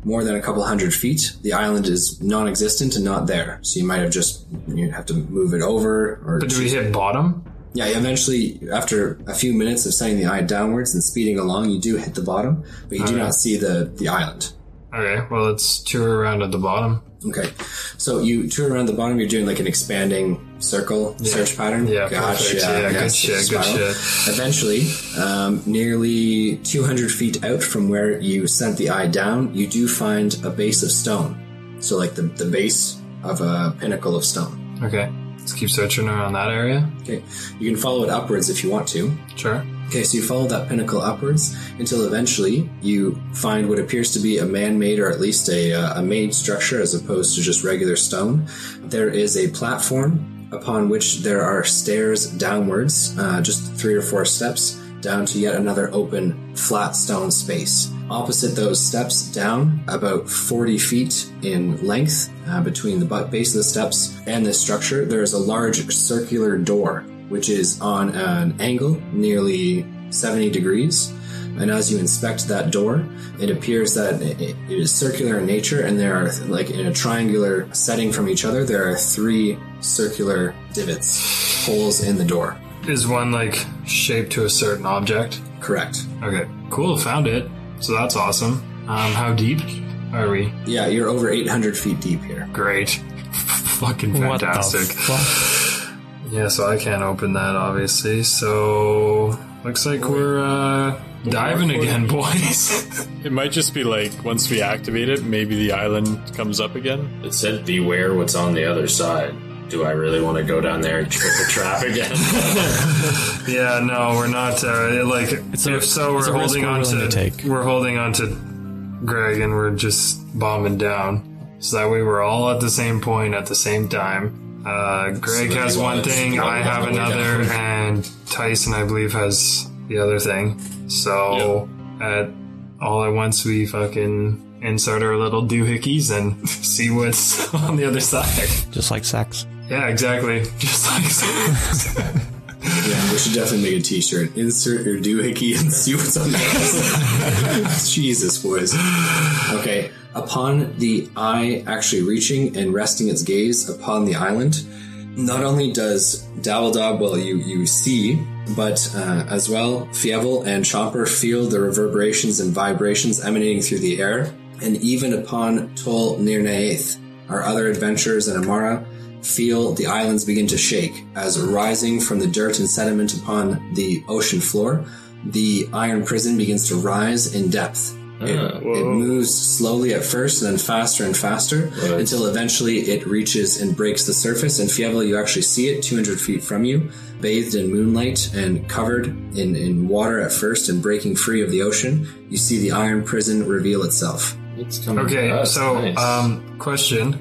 S2: more than a couple hundred feet, the island is non existent and not there. So you might have just, you have to move it over or
S3: But do we hit bottom?
S2: yeah, eventually, after a few minutes of sending the eye downwards and speeding along, you do hit the bottom, but you do not see the, the island.
S3: Okay. Well, let's tour around at the bottom.
S2: Okay, so you tour around the bottom, you're doing like an expanding circle search pattern.
S3: Yeah.
S2: Gotcha.
S3: perfect. Yeah.
S2: Yeah,
S3: good
S2: it's
S3: shit.
S2: a
S3: Good
S2: spiral.
S3: shit.
S2: Eventually, um, nearly 200 feet out from where you sent the eye down, you do find a base of stone. So, like the, the base of a pinnacle of stone.
S3: Okay. Let's keep searching around that area.
S2: Okay, you can follow it upwards if you want to.
S3: Sure.
S2: Okay, so you follow that pinnacle upwards until eventually you find what appears to be a man-made or at least a, uh, a made structure as opposed to just regular stone. There is a platform upon which there are stairs downwards, uh, just three or four steps down to yet another open flat stone space. Opposite those steps down, about 40 feet in length uh, between the butt base of the steps and this structure, there is a large circular door which is on an angle nearly 70 degrees. And as you inspect that door, it appears that it it is circular in nature, and there are, like in a triangular setting from each other, there are three circular divots, holes in the door.
S3: Is one like shaped to a certain object?
S2: Correct.
S3: Okay. Cool. Found it. So that's awesome. Um, how deep are we?
S2: Yeah, you're over 800 feet deep here.
S3: Great. Fucking
S1: What the
S3: fantastic.
S1: fuck?
S3: Yeah, so I can't open that obviously. So looks like we're uh diving again, boys.
S5: It might just be like once we activate it, maybe the island comes up again.
S4: It said, beware what's on the other side. Do I really want to go down there and trip a trap again?
S3: yeah, no, we're not uh, like
S1: a-
S3: if so
S1: it's
S3: we're
S1: a risk
S3: holding
S1: we're
S3: on
S1: willing
S3: to
S1: to take.
S3: we're holding on to Greg and we're just bombing down. So that way we're all at the same point at the same time. Uh, Greg
S4: So
S3: has
S4: you
S3: one
S4: wanna
S3: thing,
S4: just
S3: I
S4: run
S3: have
S4: all the way
S3: another,
S4: down.
S3: and Tyson, I believe, has the other thing. So at all at once we fucking insert our little doohickeys and see what's on the other side.
S1: Just like sex.
S3: Yeah, exactly. Just like
S2: Yeah, we should definitely make a T-shirt. Insert your doohickey and see what's on the other side. Jesus, boys. Okay. Upon the eye actually reaching and resting its gaze upon the island, not only does Dabbledob, well, you, you see, but uh, as well, Fievel and Chomper feel the reverberations and vibrations emanating through the air, and even upon Tol Nirnaeth, our other adventurers in Amara feel the islands begin to shake as rising from the dirt and sediment upon the ocean floor, the iron prison begins to rise in depth. It,
S4: Ah,
S2: it moves slowly at first, and then faster and faster, until eventually it reaches and breaks the surface. And Fievel, you actually see it 200 feet from you, bathed in moonlight and covered in, in water at first and breaking free of the ocean. You see the iron prison reveal itself.
S4: It's coming
S3: Okay,
S4: to us.
S3: so
S4: Nice.
S3: um question.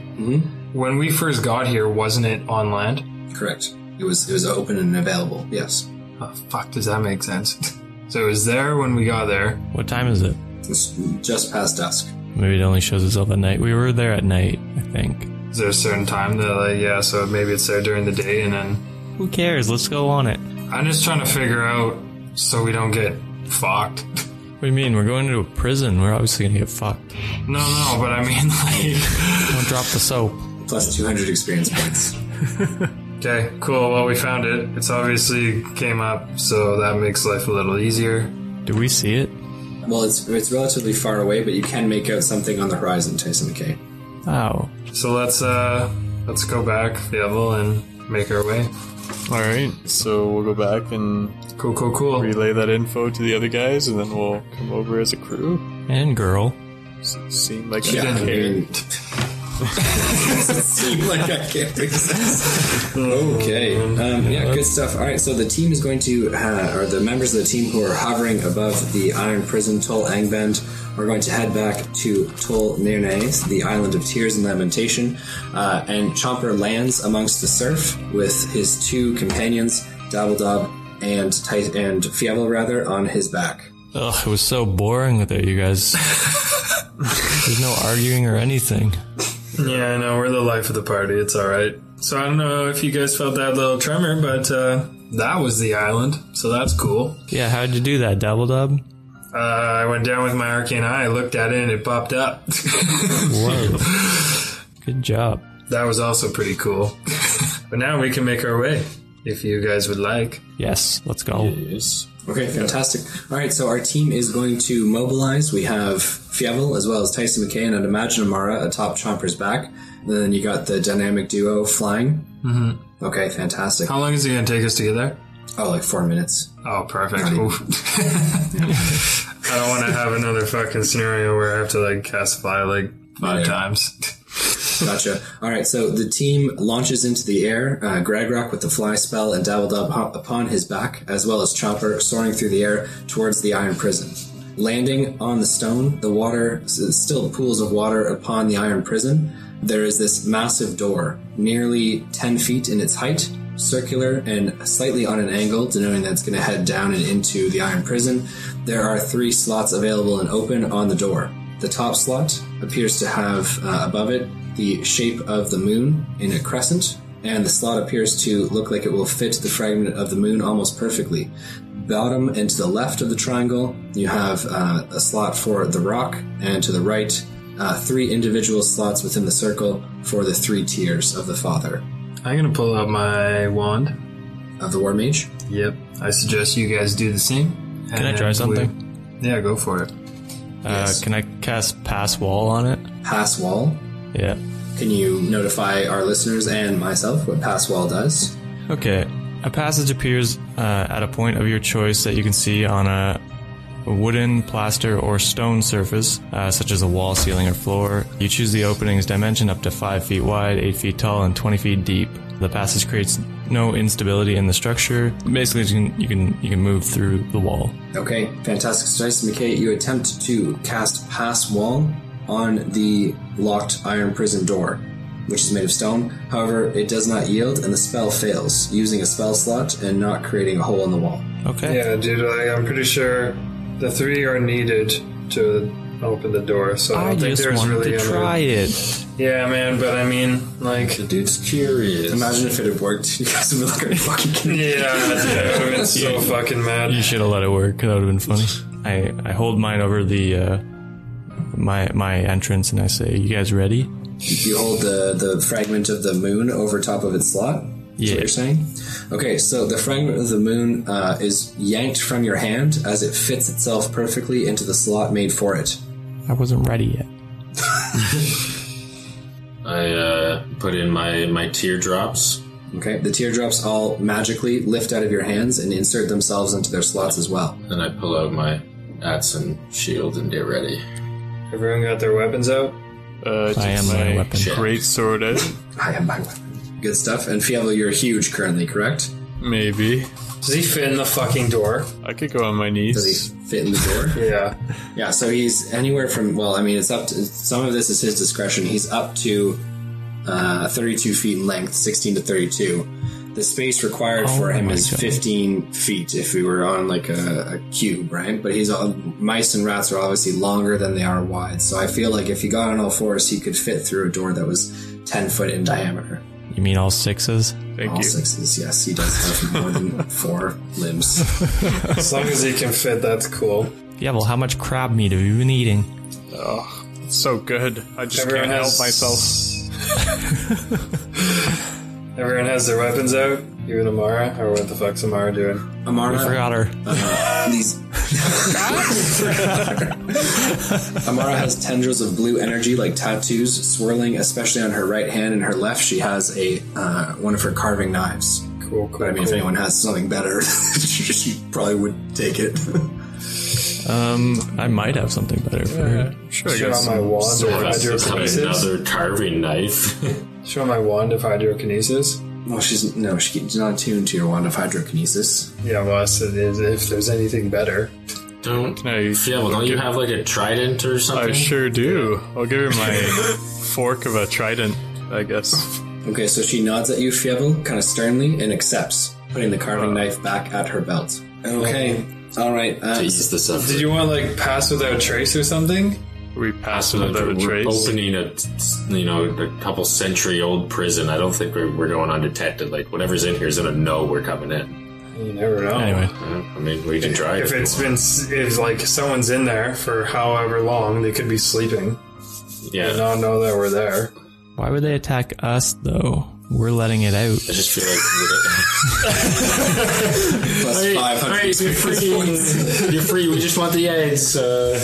S3: When we first got here, wasn't it on land?
S2: Correct. It was it was open and available. Yes,
S3: Oh, fuck, does that make sense? so it was there when we got there.
S1: What time is it?
S2: it's just past dusk.
S1: Maybe it only shows itself at night. We were there at night, I think.
S3: Is there a certain time that, like, yeah, so maybe it's there during the day and then.
S1: Who cares? Let's go on it. What
S3: I'm just trying to figure out so we don't get fucked.
S1: do you mean? We're going to a prison. We're obviously gonna get fucked.
S3: No, no, but I mean, like.
S1: Don't drop the soap.
S2: Plus 200 experience points.
S3: Okay, cool. Well, we found it. It's obviously came up, so that makes life a little easier.
S1: Do we see it?
S2: Well, it's it's relatively far away, but you can make out something on the horizon, Tyson McKay.
S1: Oh,
S3: So let's, uh, let's go back, Fievel, and make our way.
S5: All right, so we'll go back and
S3: Cool, cool, cool.
S5: relay that info to the other guys, and then we'll come over as a crew.
S1: and girl.
S5: S- Seem like
S2: Yeah,
S5: I
S2: I
S5: don't care.
S2: mean, doesn't seem like I can't make sense. Okay, um, yeah, good stuff. All right, so the team is going to, uh, or the members of the team who are hovering above the Iron Prison Tol Angband are going to head back to Tol Nirnes, the island of tears and lamentation, uh, and Chomper lands amongst the surf with his two companions, Dabbledob and Ty- and Fievel, rather, on his back.
S1: Ugh, it was so boring with it, you guys. There's no arguing or anything.
S3: Yeah, I know. We're the life of the party. It's all right. So I don't know if you guys felt that little tremor, but uh, that was the island. So that's cool.
S1: Yeah, how'd you do that, Double Dub?
S3: Uh, I went down with my arcane eye, I looked at it, and it popped up.
S1: Whoa. Good job.
S3: that was also pretty cool. but now we can make our way, if you guys would like.
S1: Yes, let's go.
S4: Yes.
S2: Okay, fantastic. All right, so our team is going to mobilize. We have Fievel as well as Tyson McKay and I'd imagine Amara atop Chomper's back. And then you got the dynamic duo flying. Mm-hmm. Okay, fantastic.
S3: How long is it going to take us to get there?
S2: Oh, like four minutes.
S3: Oh, perfect. Oof. I don't want to have another fucking scenario where I have to like cast fly like five
S2: Yeah.
S3: times.
S2: Gotcha. All right, so the team launches into the air. Uh, Gregrock with the fly spell and Dabbledub hop upon his back, as well as Chomper soaring through the air towards the Iron Prison. Landing on the stone, the water, s- still pools of water upon the Iron Prison, there is this massive door, nearly 10 feet in its height, circular and slightly on an angle, denoting that it's going to head down and into the Iron Prison. There are three slots available and open on the door. The top slot appears to have uh, above it the shape of the moon in a crescent, and the slot appears to look like it will fit the fragment of the moon almost perfectly. Bottom and to the left of the triangle, you have uh, a slot for the rock, and to the right, uh, three individual slots within the circle for the three tiers of the Father
S3: I'm going to pull out my wand.
S2: of the War Mage.
S3: Yep. I suggest you guys do the same.
S1: Can I try something?
S3: yeah, go for it.
S1: Uh, can I cast Pass Wall on it?
S2: Pass Wall.
S1: Yeah.
S2: Can you notify our listeners and myself what Pass Wall does?
S1: Okay. A passage appears uh, at a point of your choice that you can see on a a wooden, plaster, or stone surface, uh, such as a wall, ceiling, or floor. You choose the opening's dimension up to 5 feet wide, 8 feet tall, and 20 feet deep. The passage creates no instability in the structure. Basically, you can you can, you can move through the wall.
S2: Okay, fantastic. So, Jason McKay, you attempt to cast Pass Wall on the locked iron prison door, which is made of stone. However, it does not yield, and the spell fails, using a spell slot and not creating a hole in the wall.
S1: Okay.
S3: Yeah, dude, like, I'm pretty sure the three are needed to open the door, so I don't
S1: I
S3: think
S1: just
S3: there's
S1: wanted
S3: really
S1: to
S3: any-
S1: try it.
S3: Yeah, man, but I mean, like.
S4: The dude's curious.
S2: Imagine if it had worked. You guys would be like, "Are you fucking kidding?" me?"
S3: Yeah, I would have been so fucking
S1: You
S3: mad.
S1: should have let it work. That would have been funny. I, I hold mine over the uh, my my entrance and I say, "You guys ready?"
S2: You hold the the fragment of the moon over top of its slot. Is what
S1: Yeah.
S2: you're saying? Okay, so the fragment of the moon uh, is yanked from your hand as it fits itself perfectly into the slot made for it.
S1: I wasn't ready yet.
S4: I uh, put in my my teardrops.
S2: Okay, the teardrops all magically lift out of your hands and insert themselves into their slots as well.
S4: Then I pull out my Atson shield and get ready.
S3: Everyone got their weapons out?
S5: Uh,
S1: I
S5: take
S1: am my weapon.
S5: Great sword, out,
S2: I am my weapon. Good stuff. And Fievel, you're huge currently, correct?
S5: maybe.
S3: Does he fit in the fucking door?
S5: I could go on my
S2: Does
S5: knees.
S2: he fit in the door?
S3: Yeah.
S2: yeah, so he's anywhere from, well, I mean, it's up to, some of this is his discretion. He's up to uh, 32 feet in length, 16 to 32. The space required for him is 15 feet if we were on like a, a cube, right? But he's on mice and rats are obviously longer than they are wide. So I feel like if he got on all fours, he could fit through a door that was 10 foot in diameter.
S1: You mean all sixes?
S5: Thank
S2: all
S5: you.
S2: sixes, yes. He does have more than four limbs.
S3: As long as he can fit, that's cool.
S1: Yeah, well, how much crab meat have you been eating?
S5: So good. I just
S3: Everyone
S5: can't
S3: has-
S5: help myself.
S3: Everyone has their weapons out. You and Amara, or what the fuck's Amara doing?
S2: Amara,
S1: I forgot her.
S2: these. Amara has tendrils of blue energy like tattoos swirling, especially on her right hand and her left. She has a uh, one of her carving knives.
S3: Cool, cool.
S2: I mean, if
S3: cool.
S2: anyone has something better, she probably would take it.
S1: Um, I might have something better for her.
S5: Sure, I
S3: Show
S5: got
S3: out my
S5: some.
S3: wand or
S4: That's just
S3: hydrokinesis.
S4: another carving knife.
S3: Show out my wand of hydrokinesis.
S2: no, she's no, she's not attuned to your wand of hydrokinesis.
S3: Yeah, well, I said is if there's anything better.
S4: don't.
S5: No, you-
S4: Yeah, well, don't you have like a trident or something?
S5: I sure do. I'll give her my fork of a trident, I guess.
S2: Okay, so she nods at you, Fievel, kind of sternly, and accepts, putting the carving knife back at her belt. Okay, all right.
S4: To
S2: Uh,
S4: ease this up.
S3: Did you want like pass without trace or something?
S5: We pass
S4: We're
S5: without a trace.
S4: opening a you know a couple century old prison. I don't think we're, we're going undetected. Like whatever's in here is gonna know we're coming in.
S3: You never know.
S1: Anyway,
S4: Uh, I mean, we can try.
S3: If it's been, s- if like someone's in there for however long, they could be sleeping and
S4: yeah,
S3: not know that we're there.
S1: why would they attack us though? We're letting it out.
S4: I just feel like
S2: plus five hundred.
S4: you're free. You're free. We just want the eggs. Uh,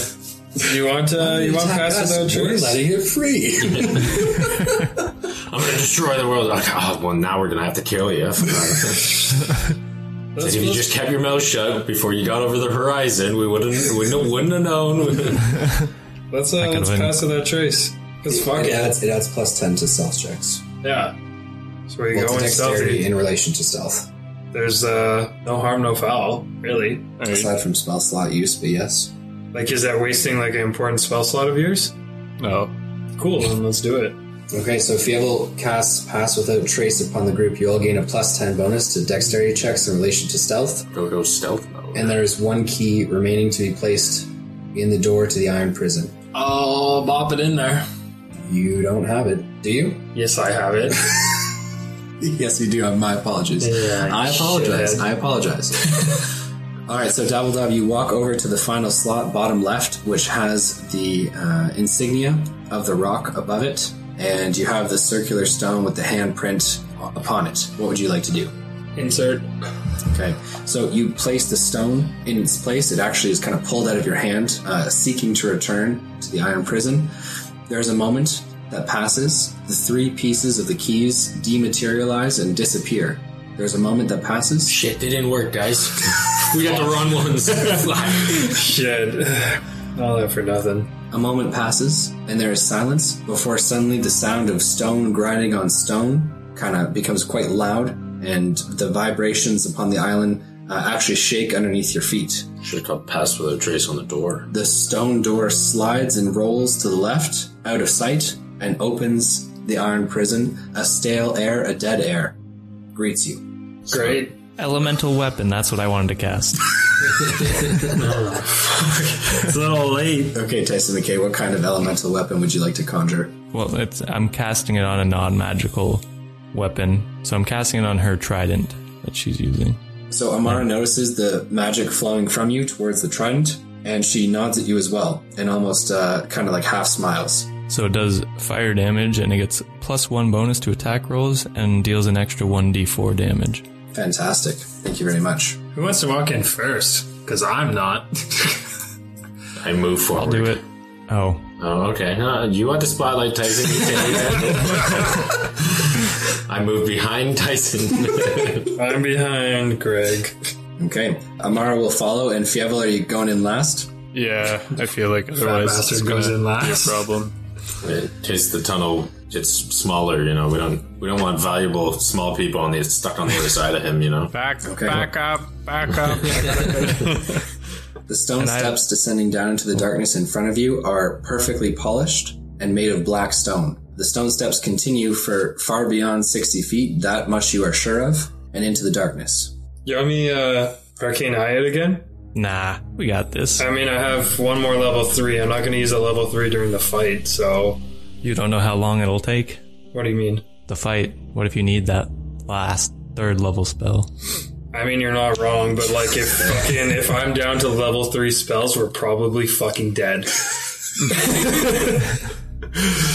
S3: You want uh, you want pass without trace?
S2: it free.
S4: I'm gonna destroy the world. Like, oh, well, now we're gonna have to kill you. I forgot. if
S3: Let's-
S4: you
S3: let's-
S4: just kept your mouth shut before you got over the horizon, we wouldn't wouldn't wouldn't have known.
S3: Let's uh,
S1: could've
S3: let's
S1: been-
S3: pass without trace. Cause fuck
S2: it,
S3: it.
S2: adds, it adds plus 10 to stealth checks.
S3: Yeah. So we
S2: Well,
S3: go
S2: to
S3: in
S2: dexterity
S3: stealthy.
S2: in relation to stealth.
S3: There's uh no harm, no foul, really.
S5: Alright.
S2: Aside from spell slot use, but yes.
S3: Like, is that wasting like an important spell slot of yours?
S5: No.
S3: Cool, then let's do it.
S2: Okay, so if Fievel casts Pass Without Trace upon the group, you all gain a plus 10 bonus to dexterity checks in relation to stealth.
S4: Go go stealth mode.
S2: And there is one key remaining to be placed in the door to the Iron Prison.
S3: I'll bop it in there.
S2: You don't have it, do you?
S3: Yes, I have it.
S2: Yes, you do. Uh, My apologies.
S3: Yeah,
S2: I apologize.
S3: shit.
S2: I apologize. All right, so Dabble Dab, you walk over to the final slot, bottom left, which has the uh, insignia of the rock above it, and you have the circular stone with the handprint upon it. What would you like to do?
S3: Insert.
S2: Okay, so you place the stone in its place. It actually is kind of pulled out of your hand, uh, seeking to return to the iron prison. There's a moment that passes. The three pieces of the keys dematerialize and disappear. There's a moment that passes.
S4: Shit, they didn't work, guys. we got the wrong ones.
S3: Shit. All that for nothing.
S2: A moment passes, and there is silence before suddenly the sound of stone grinding on stone kind of becomes quite loud, and the vibrations upon the island uh, actually shake underneath your feet.
S4: Should have called pass without trace on the door.
S2: The stone door slides and rolls to the left, out of sight, and opens the iron prison. A stale air, a dead air, greets you.
S3: Great.
S1: Elemental weapon. That's what I wanted to cast.
S4: It's a little late.
S2: Okay, Tyson McKay, what kind of elemental weapon would you like to conjure?
S1: Well, it's I'm casting it on a non-magical weapon, so I'm casting it on her trident that she's using.
S2: So Amara notices the magic flowing from you towards the trident, and she nods at you as well, and almost uh, kind of like half smiles.
S1: So it does fire damage, and it gets plus one bonus to attack rolls, and deals an extra one d4 damage.
S2: Fantastic. Thank you very much.
S3: Who wants to walk in first? Because I'm not.
S4: I move forward.
S1: I'll do it. Oh,
S4: Oh, okay. Uh, you want the spotlight, Tyson? You take it. I move behind Tyson.
S3: I'm behind Greg.
S2: Okay, Amara will follow, and Fievel, are you going in last?
S5: Yeah, I feel like otherwise it's
S3: bastard
S5: gonna
S3: goes in
S5: be a
S3: last.
S5: problem.
S4: Case the tunnel gets smaller, you know. We don't we don't want valuable small people on the stuck on the other side of him, you know.
S5: Back,
S2: back
S5: up, back up.
S2: The stone steps descending down into the darkness in front of you are perfectly polished and made of black stone. The stone steps continue for far beyond 60 feet, that much you are sure of, and into the darkness.
S3: You want me uh, Arcane Eye it again?
S1: Nah, we got this.
S3: I mean, I have one more level three. I'm not going to use a level three during the fight, so.
S1: You don't know how long it'll take.
S3: What do you mean?
S1: The fight. What if you need that last third level spell?
S3: I mean, you're not wrong, but like, if fucking, if I'm down to level three spells, we're probably fucking dead.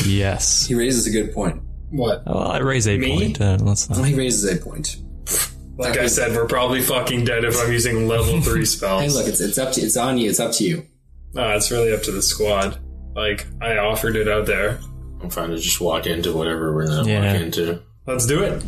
S1: Yes.
S2: He raises a good point.
S3: What?
S1: Well, I raise a
S3: Me?
S1: point. Uh, let's not.
S2: He raises a point.
S3: Like I said, we're probably fucking dead if I'm using level three
S2: Hey,
S3: spells.
S2: look, it's it's up to it's on you. It's up to you.
S3: No, it's really up to the squad. Like, I offered it out there.
S4: I'm trying to just walk into whatever we're gonna
S1: Yeah.
S4: walk into.
S3: Let's do it.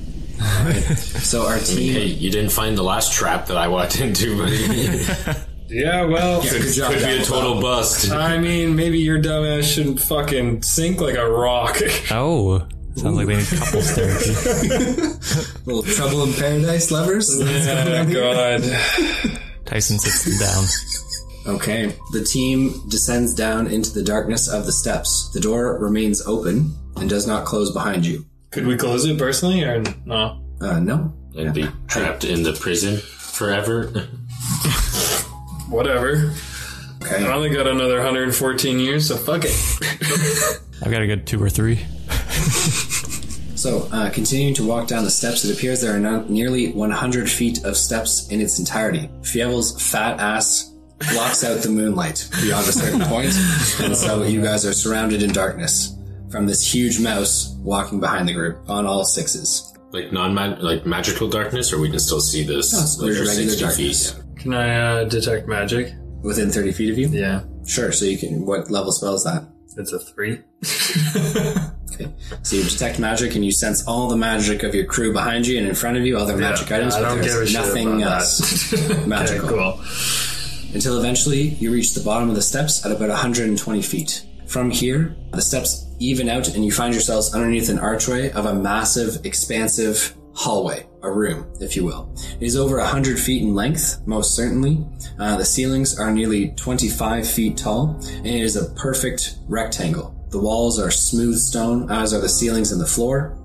S2: So our team.
S4: Hey, you didn't find the last trap that I walked into, but it
S3: Yeah, well,
S2: good job,
S4: could be a
S2: Donald.
S4: total
S1: Uh,
S4: bust.
S3: I mean, maybe your dumbass shouldn't fucking sink like a rock.
S1: Oh, sounds like they need couples therapy.
S2: Little trouble in paradise, lovers.
S3: Yeah, Oh, God.
S1: Tyson sits him down.
S2: Okay. The team descends down into the darkness of the steps. The door remains open and does not close behind you.
S3: Could we close it personally or no?
S2: Uh, no.
S4: and be trapped in the prison forever.
S3: Whatever.
S2: Okay.
S3: I only got another 114 years, so fuck it.
S1: I've got a good two or three.
S2: So, uh, continuing to walk down the steps, it appears there are not nearly 100 feet of steps in its entirety. Fievel's fat ass blocks out the moonlight beyond a certain point, and so you guys are surrounded in darkness from this huge mouse walking behind the group on all sixes.
S4: like non like magical darkness, or we can still see this.
S2: No, it's
S4: like,
S2: regular darkness.
S4: feet.
S3: Can I uh, detect magic?
S2: Within 30 feet of you?
S3: Yeah,
S2: Sure, so you can. What level spell is that?
S3: it's a three.
S2: Okay. So you detect magic and you sense all the magic of your crew behind you and in front of you, other magic items,
S3: I
S2: but
S3: don't give a
S2: there's
S3: shit
S2: nothing
S3: about
S2: else
S3: that.
S2: magical.
S3: okay, cool.
S2: until eventually you reach the bottom of the steps at about 120 feet. From here, the steps even out and you find yourselves underneath an archway of a massive, expansive hallway, a room, if you will. It is over 100 feet in length, most certainly. Uh, the ceilings are nearly 25 feet tall, and it is a perfect rectangle. The walls are smooth stone, as are the ceilings and the floor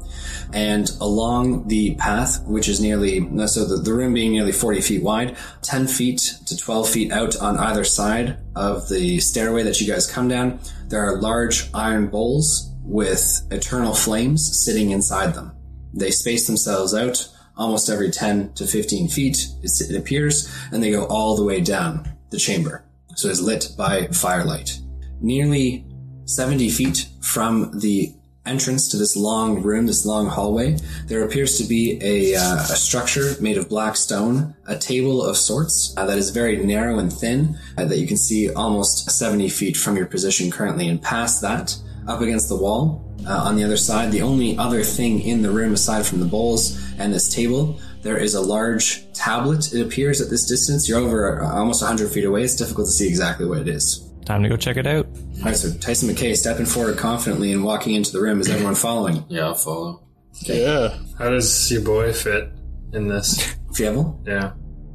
S2: and along the path, which is nearly, so the, the room being nearly 40 feet wide, 10 feet to 12 feet out on either side of the stairway that you guys come down, there are large iron bowls with eternal flames sitting inside them. They space themselves out almost every 10 to 15 feet, it's- it appears, and they go all the way down the chamber. So it's lit by firelight. Nearly 70 feet from the entrance to this long room, this long hallway, there appears to be a, uh, a structure made of black stone, a table of sorts uh, that is very narrow and thin, uh, that you can see almost 70 feet from your position currently. And past that, up against the wall, uh, on the other side, the only other thing in the room aside from the bowls and this table, there is a large tablet, it appears, at this distance. You're over uh, almost 100 feet away. It's difficult to see exactly what it is.
S1: Time to go check it out.
S2: All right, so Tyson McKay stepping forward confidently and walking into the room. Is everyone following?
S4: Yeah, I'll follow.
S5: Yeah.
S3: How does your boy fit in this?
S2: Fievel?
S3: Yeah.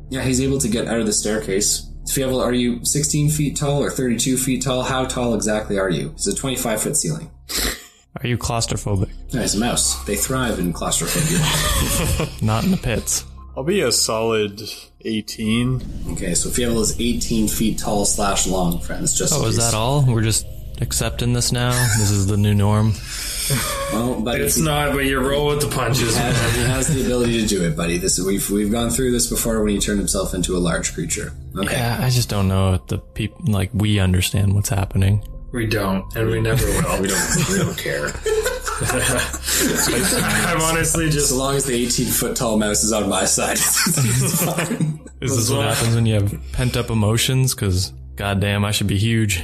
S2: Yeah, he's able to get out of the staircase. Fievel, are you 16 feet tall or 32 feet tall? How tall exactly are you? It's a 25 foot ceiling.
S1: Are you claustrophobic?
S2: No, it's a mouse. They thrive in claustrophobia.
S1: Not in the pits.
S5: I'll be a solid 18.
S2: okay, so Fievel is 18 feet tall slash long, friends. Just
S1: Oh, is that all? We're just accepting this now. This is the new norm.
S2: Well, but
S3: It's
S2: if he-
S3: not, but you roll with the punches.
S2: He has- he has the ability to do it, buddy. This we've we've gone through this before when he turned himself into a large creature. Okay.
S1: Yeah, I just don't know if the people like we understand what's happening.
S3: We don't, and we never will.
S4: We don't, we don't care.
S3: I'm honestly just
S2: As long as the 18 foot tall mouse is on my side, it's fine.
S1: Is this what happens when you have pent up emotions? Because goddamn, I should be huge.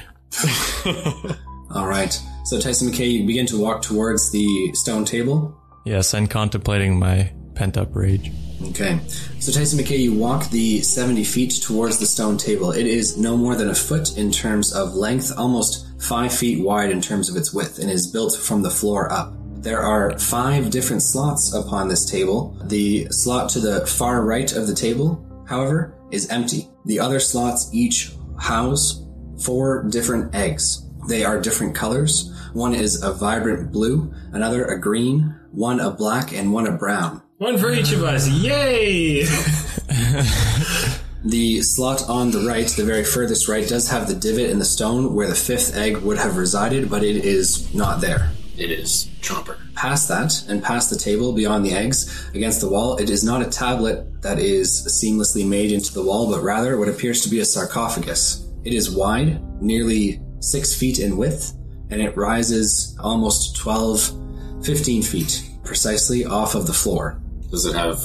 S2: All right. So Tyson McKay, you begin to walk towards the stone table.
S1: Yes, and contemplating my pent up rage.
S2: Okay. So Tyson McKay, you walk the 70 feet towards the stone table. It is no more than a foot in terms of length, almost five feet wide in terms of its width, and is built from the floor up. There are five different slots upon this table. The slot to the far right of the table, however, is empty. The other slots each house four different eggs. They are different colors. One is a vibrant blue, another a green, one a black, and one a brown.
S3: One for each of us. Yay!
S2: The slot on the right, the very furthest right, does have the divot in the stone where the fifth egg would have resided, but it is not there.
S4: It is Chomper.
S2: Past that, and past the table beyond the eggs, against the wall, it is not a tablet that is seamlessly made into the wall, but rather what appears to be a sarcophagus. It is wide, nearly six feet in width, and it rises almost 12, 15 feet precisely off of the floor.
S4: Does it have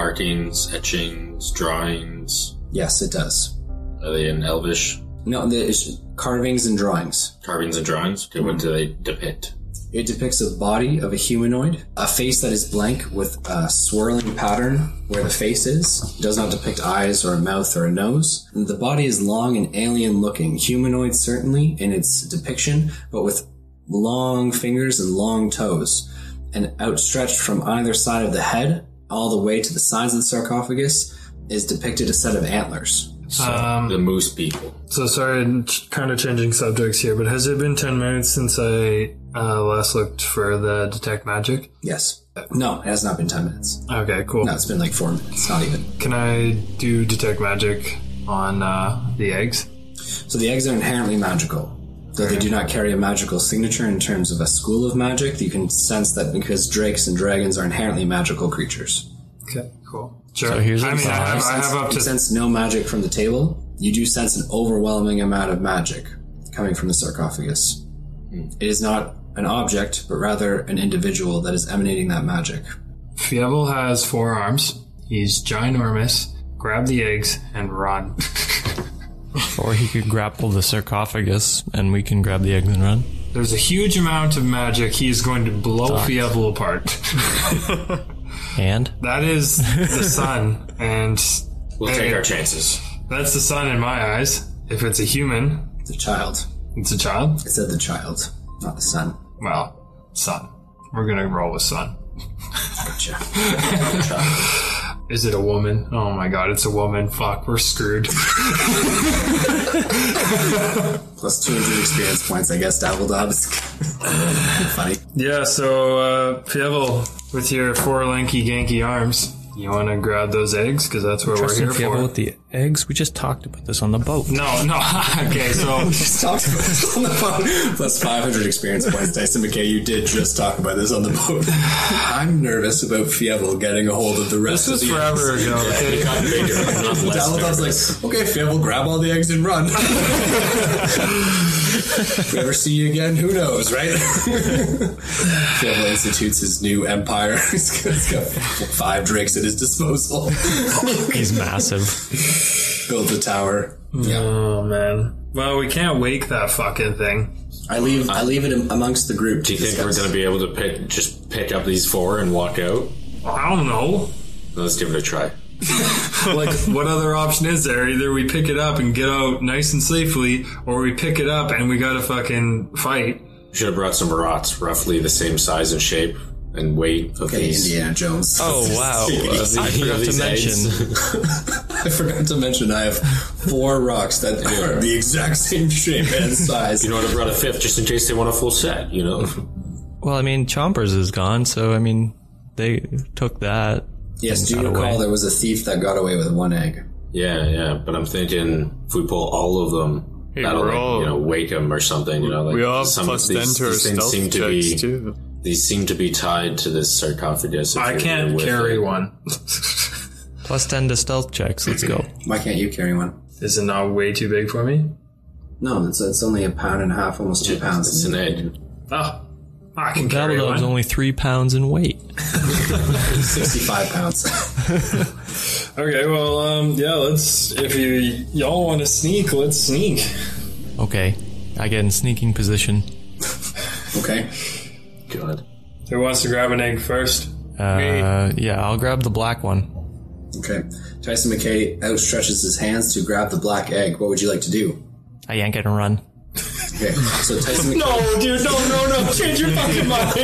S4: markings, etchings, drawings?
S2: Yes, it does.
S4: Are they in Elvish?
S2: No, there's carvings and drawings.
S4: Carvings and drawings? Okay,
S2: Mm-hmm.
S4: what do they depict?
S2: It depicts a body of a humanoid, a face that is blank with a swirling pattern where the face is. It does not depict eyes or a mouth or a nose. The body is long and alien looking, humanoid certainly in its depiction, but with long fingers and long toes, and outstretched from either side of the head all the way to the sides of the sarcophagus is depicted a set of antlers.
S4: So, the moose people.
S3: So sorry, I'm ch- kind of changing subjects here, but has it been 10 minutes since I uh, last looked for the detect magic?
S2: Yes. No, it has not been 10 minutes.
S3: Okay, cool.
S2: No, it's been like four minutes, not even.
S3: Can I do detect magic on uh, the eggs?
S2: So the eggs are inherently magical. Though they do not carry a magical signature in terms of a school of magic, you can sense that because drakes and dragons are inherently magical creatures.
S3: Okay, cool. Sure.
S1: So here's
S3: I
S1: the
S3: mean, I have, I
S2: You
S3: have
S2: sense-
S3: up
S2: you
S3: to
S2: sense no magic from the table. You do sense an overwhelming amount of magic coming from the sarcophagus. It is not an object, but rather an individual that is emanating that magic.
S3: Fievel has four arms. He's ginormous. Grab the eggs and run.
S1: Or he could grapple the sarcophagus and we can grab the eggs and run.
S3: There's a huge amount of magic. He is going to blow Fievel apart.
S1: And
S3: that is the sun, and
S4: We'll take
S3: Hey.
S4: our chances.
S3: that's the sun in my eyes. If it's a human,
S2: The child.
S3: it's a child.
S2: It said the child, not the son.
S3: Well, sun. We're gonna roll with sun.
S2: Gotcha.
S3: Is it a woman? Oh my god, it's a woman. Fuck, we're screwed.
S2: Plus 200 experience points, I guess, Dabbledob's. Funny.
S3: yeah, so, uh, Fievel, with your four lanky, ganky arms, you wanna grab those eggs? Because that's what we're
S1: Justin
S3: here
S1: Fievel
S3: for.
S1: with the eggs. We just talked about this on the boat.
S3: No, no. okay, so
S2: Just talked about this on the phone. Plus 500 experience points, Dyson McKay. You did just talk about this on the boat. I'm nervous about Fievel getting a hold of the rest
S3: this
S2: of
S3: was
S2: the
S3: forever ago. Okay,
S2: Dabbledob's like, okay, Fievel, grab all the eggs and run. if we ever see you again, who knows, right? Fievel institutes his new empire. He's got- he's got five drakes at his disposal.
S1: He's massive.
S2: Build the tower. Yeah.
S3: Oh man. Well, we can't wake that fucking thing.
S2: I leave. I leave it am- amongst the group.
S4: Uh, Do you think we're going to be able to pick just pick up these four and walk out?
S3: I don't know.
S4: Let's give it a try.
S3: Like, what other option is there? Either we pick it up and get out nice and safely, or we pick it up and we gotta fucking fight.
S4: Should have brought some rats, roughly the same size and shape and weight of these.
S2: Indiana Jones?
S1: Oh wow!
S4: these-
S1: I forgot to
S4: these eggs.
S1: mention.
S2: I forgot to mention I have four rocks that are the exact same shape and size.
S4: You know, I'd have brought a fifth just in case they want a full set. You know,
S1: Well, I mean, Chompers is gone, so I mean, they took that.
S2: yes, do you
S1: got
S2: recall
S1: away.
S2: there was a thief that got away with one egg?
S4: yeah, yeah. But I'm thinking if we pull all of them,
S5: Hey,
S4: that'll
S5: we're
S4: like,
S5: all-
S4: you know wake them or something. You know, like
S5: We all have
S4: some of
S5: plus
S4: these-
S5: 10 to our
S4: these things
S5: stealth
S4: seem
S5: checks,
S4: to be
S5: too.
S4: these seem to be tied to this sarcophagus. if
S3: I
S4: you're
S3: can't
S4: with
S3: carry
S4: it.
S3: one.
S1: Plus ten to stealth checks. Let's go.
S2: Why can't you carry one?
S3: Is it not way too big for me?
S2: No, it's, it's only a pound and a half, almost two
S4: It's
S2: pounds.
S4: an egg.
S3: Oh, I can carry
S1: Dabbledob's
S3: one.
S1: only three pounds in weight.
S2: Sixty-five pounds.
S3: Okay, well, um, yeah, let's. If you y'all want to sneak, let's sneak.
S1: Okay, I get in sneaking position.
S2: okay.
S4: God,
S3: Who wants to grab an egg first?
S1: Uh, yeah, I'll grab the black one.
S2: Okay. Tyson McKay outstretches his hands to grab the black egg. What would you like to do?
S1: I yank it and run.
S2: Okay. So Tyson McKay.
S3: No, dude, no, no, no! Change your fucking mind.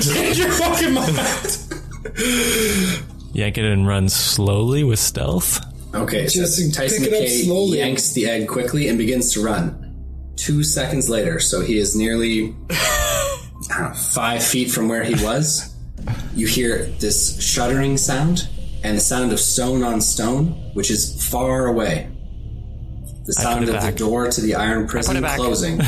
S3: Change your fucking mind.
S1: Yank it and run slowly with stealth.
S2: Okay, so
S3: Just
S2: Tyson
S3: pick it up
S2: McKay
S3: slowly.
S2: yanks the egg quickly and begins to run. Two seconds later, so he is nearly I don't know, five feet from where he was, you hear this shuddering sound and the sound of stone on stone, which is far away. The sound
S1: it
S2: of the
S1: back.
S2: door to the iron prison
S1: back.
S2: closing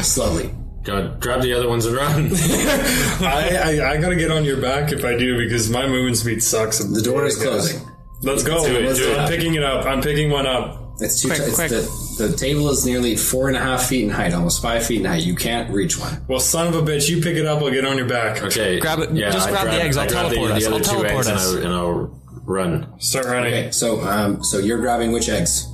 S2: slowly.
S4: God, grab the other ones and run.
S3: I, I, I gotta get on your back if I do because my movement speed sucks.
S2: The door is closing.
S3: Let's go.
S4: do it,
S3: Let's
S4: do
S3: go.
S4: it.
S3: I'm picking it up. I'm picking one up.
S2: It's too.
S1: Quick,
S2: it's
S1: quick.
S2: The, the table is nearly four and a half feet in height, almost five feet in height. You can't reach one.
S3: Well, son of a bitch, you pick it up. I'll get on your back.
S4: Okay.
S1: Grab it. Just
S4: I
S1: grab the eggs.
S4: I
S1: I'll
S4: grab
S1: teleport
S4: the,
S1: us.
S4: The other
S1: I'll
S4: two
S1: teleport
S4: eggs
S1: us.
S4: And, I, and I'll run.
S3: Start running.
S2: Okay, so um, so you're grabbing which eggs?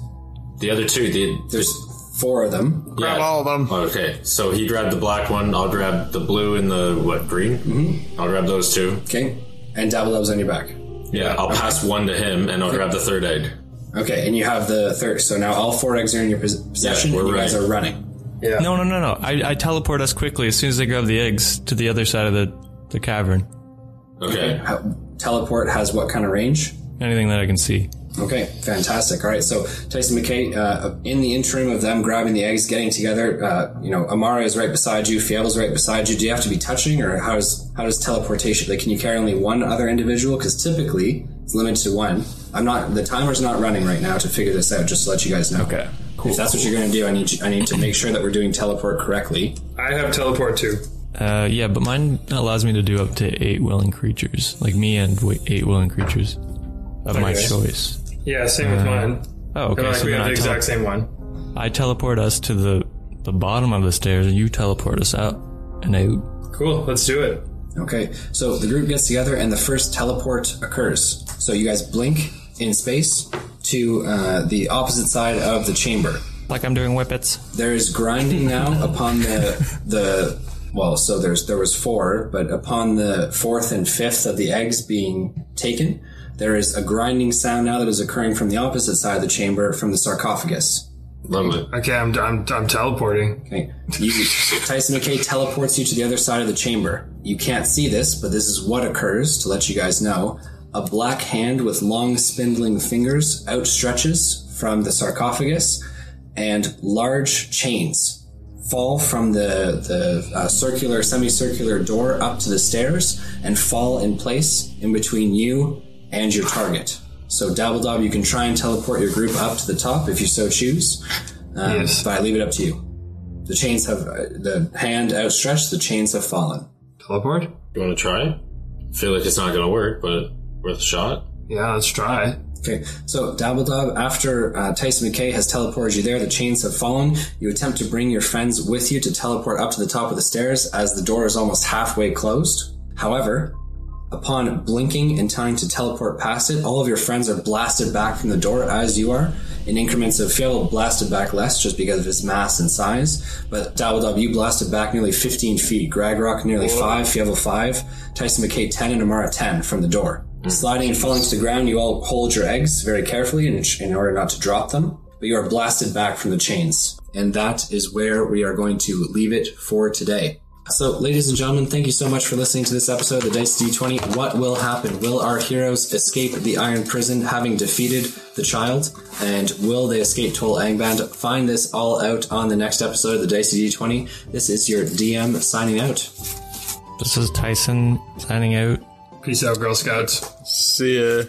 S4: The other two. The
S2: There's four of them.
S4: grab
S5: all of them.
S4: Okay. So he grabbed the black one. I'll grab the blue and the what green. Mm-hmm. I'll grab those two.
S2: Okay, and double ups on your back.
S4: Yeah. I'll pass one to him, and I'll grab the third egg.
S2: Okay, and you have the third. So now all four eggs are in your pos- possession.
S4: we're
S2: and you guys
S4: right.
S2: are running.
S3: Yeah.
S1: No, no, no, no. I, I teleport us quickly as soon as they grab the eggs to the other side of the, the cavern.
S4: Okay.
S2: How, teleport has what kind of range?
S1: Anything that I can see.
S2: Okay, fantastic. All right, so Tyson McKay, uh, in the interim of them grabbing the eggs, getting together, uh, you know, Amara is right beside you, Fiable's right beside you. Do you have to be touching, or how does how does teleportation? Like, can you carry only one other individual? Because typically it's limited to one. I'm not. The timer's not running right now to figure this out. Just to let you guys know.
S1: Okay,
S2: Cool. If that's what you're going to do, I need you, I need to make sure that we're doing teleport correctly.
S3: I have teleport too.
S1: Uh, yeah, but mine allows me to do up to eight willing creatures. Like me and wi- eight willing creatures of my
S3: Okay.
S1: choice.
S3: Yeah, same with mine.
S1: Oh, okay.
S3: Like,
S1: so
S3: we
S1: then
S3: have the
S1: I, tele-
S3: exact same one.
S1: I teleport us to the, the bottom of the stairs and you teleport us out and out.
S3: Cool. Let's do it.
S2: Okay, so the group gets together and the first teleport occurs. So you guys blink in space to uh, the opposite side of the chamber.
S1: Like I'm doing whippets.
S2: There is grinding now upon the the well. So there's there was four, but upon the fourth and fifth of the eggs being taken, there is a grinding sound now that is occurring from the opposite side of the chamber from the sarcophagus.
S4: Lovely.
S3: Okay, I'm, I'm, I'm teleporting.
S2: Okay, you, Tyson McKay teleports you to the other side of the chamber. You can't see this, but this is what occurs to let you guys know. A black hand with long spindling fingers outstretches from the sarcophagus, and large chains fall from the the uh, circular semicircular door up to the stairs and fall in place in between you and your target. So, Dabbledob, you can try and teleport your group up to the top if you so choose. Um,
S3: Yes.
S2: But I leave it up to you. The chains have uh, the hand outstretched. The chains have fallen.
S3: Teleport?
S4: You want to try? Feel like it's not gonna work, but worth a shot.
S3: Yeah, let's try.
S2: Okay, so Dabbledob, after uh, Tyson McKay has teleported you there, the chains have fallen. You attempt to bring your friends with you to teleport up to the top of the stairs as the door is almost halfway closed. However, upon blinking and trying to teleport past it, all of your friends are blasted back from the door as you are. In increments of Fiala blasted back less just because of his mass and size, but Dabbledob, you blasted back nearly 15 feet, Gragrock nearly 5, Fiala 5, Tyson McKay 10, and Amara 10 from the door. Sliding and falling to the ground, you all hold your eggs very carefully in, in order not to drop them, but you are blasted back from the chains. And that is where we are going to leave it for today. So, ladies and gentlemen, thank you so much for listening to this episode of the Dice D20. What will happen? Will our heroes escape the Iron Prison having defeated the child? And will they escape Toll Angband? Find this all out on the next episode of the Dice D20. This is your DM signing out.
S1: This is Tyson signing out.
S3: Peace out, Girl Scouts.
S5: See ya.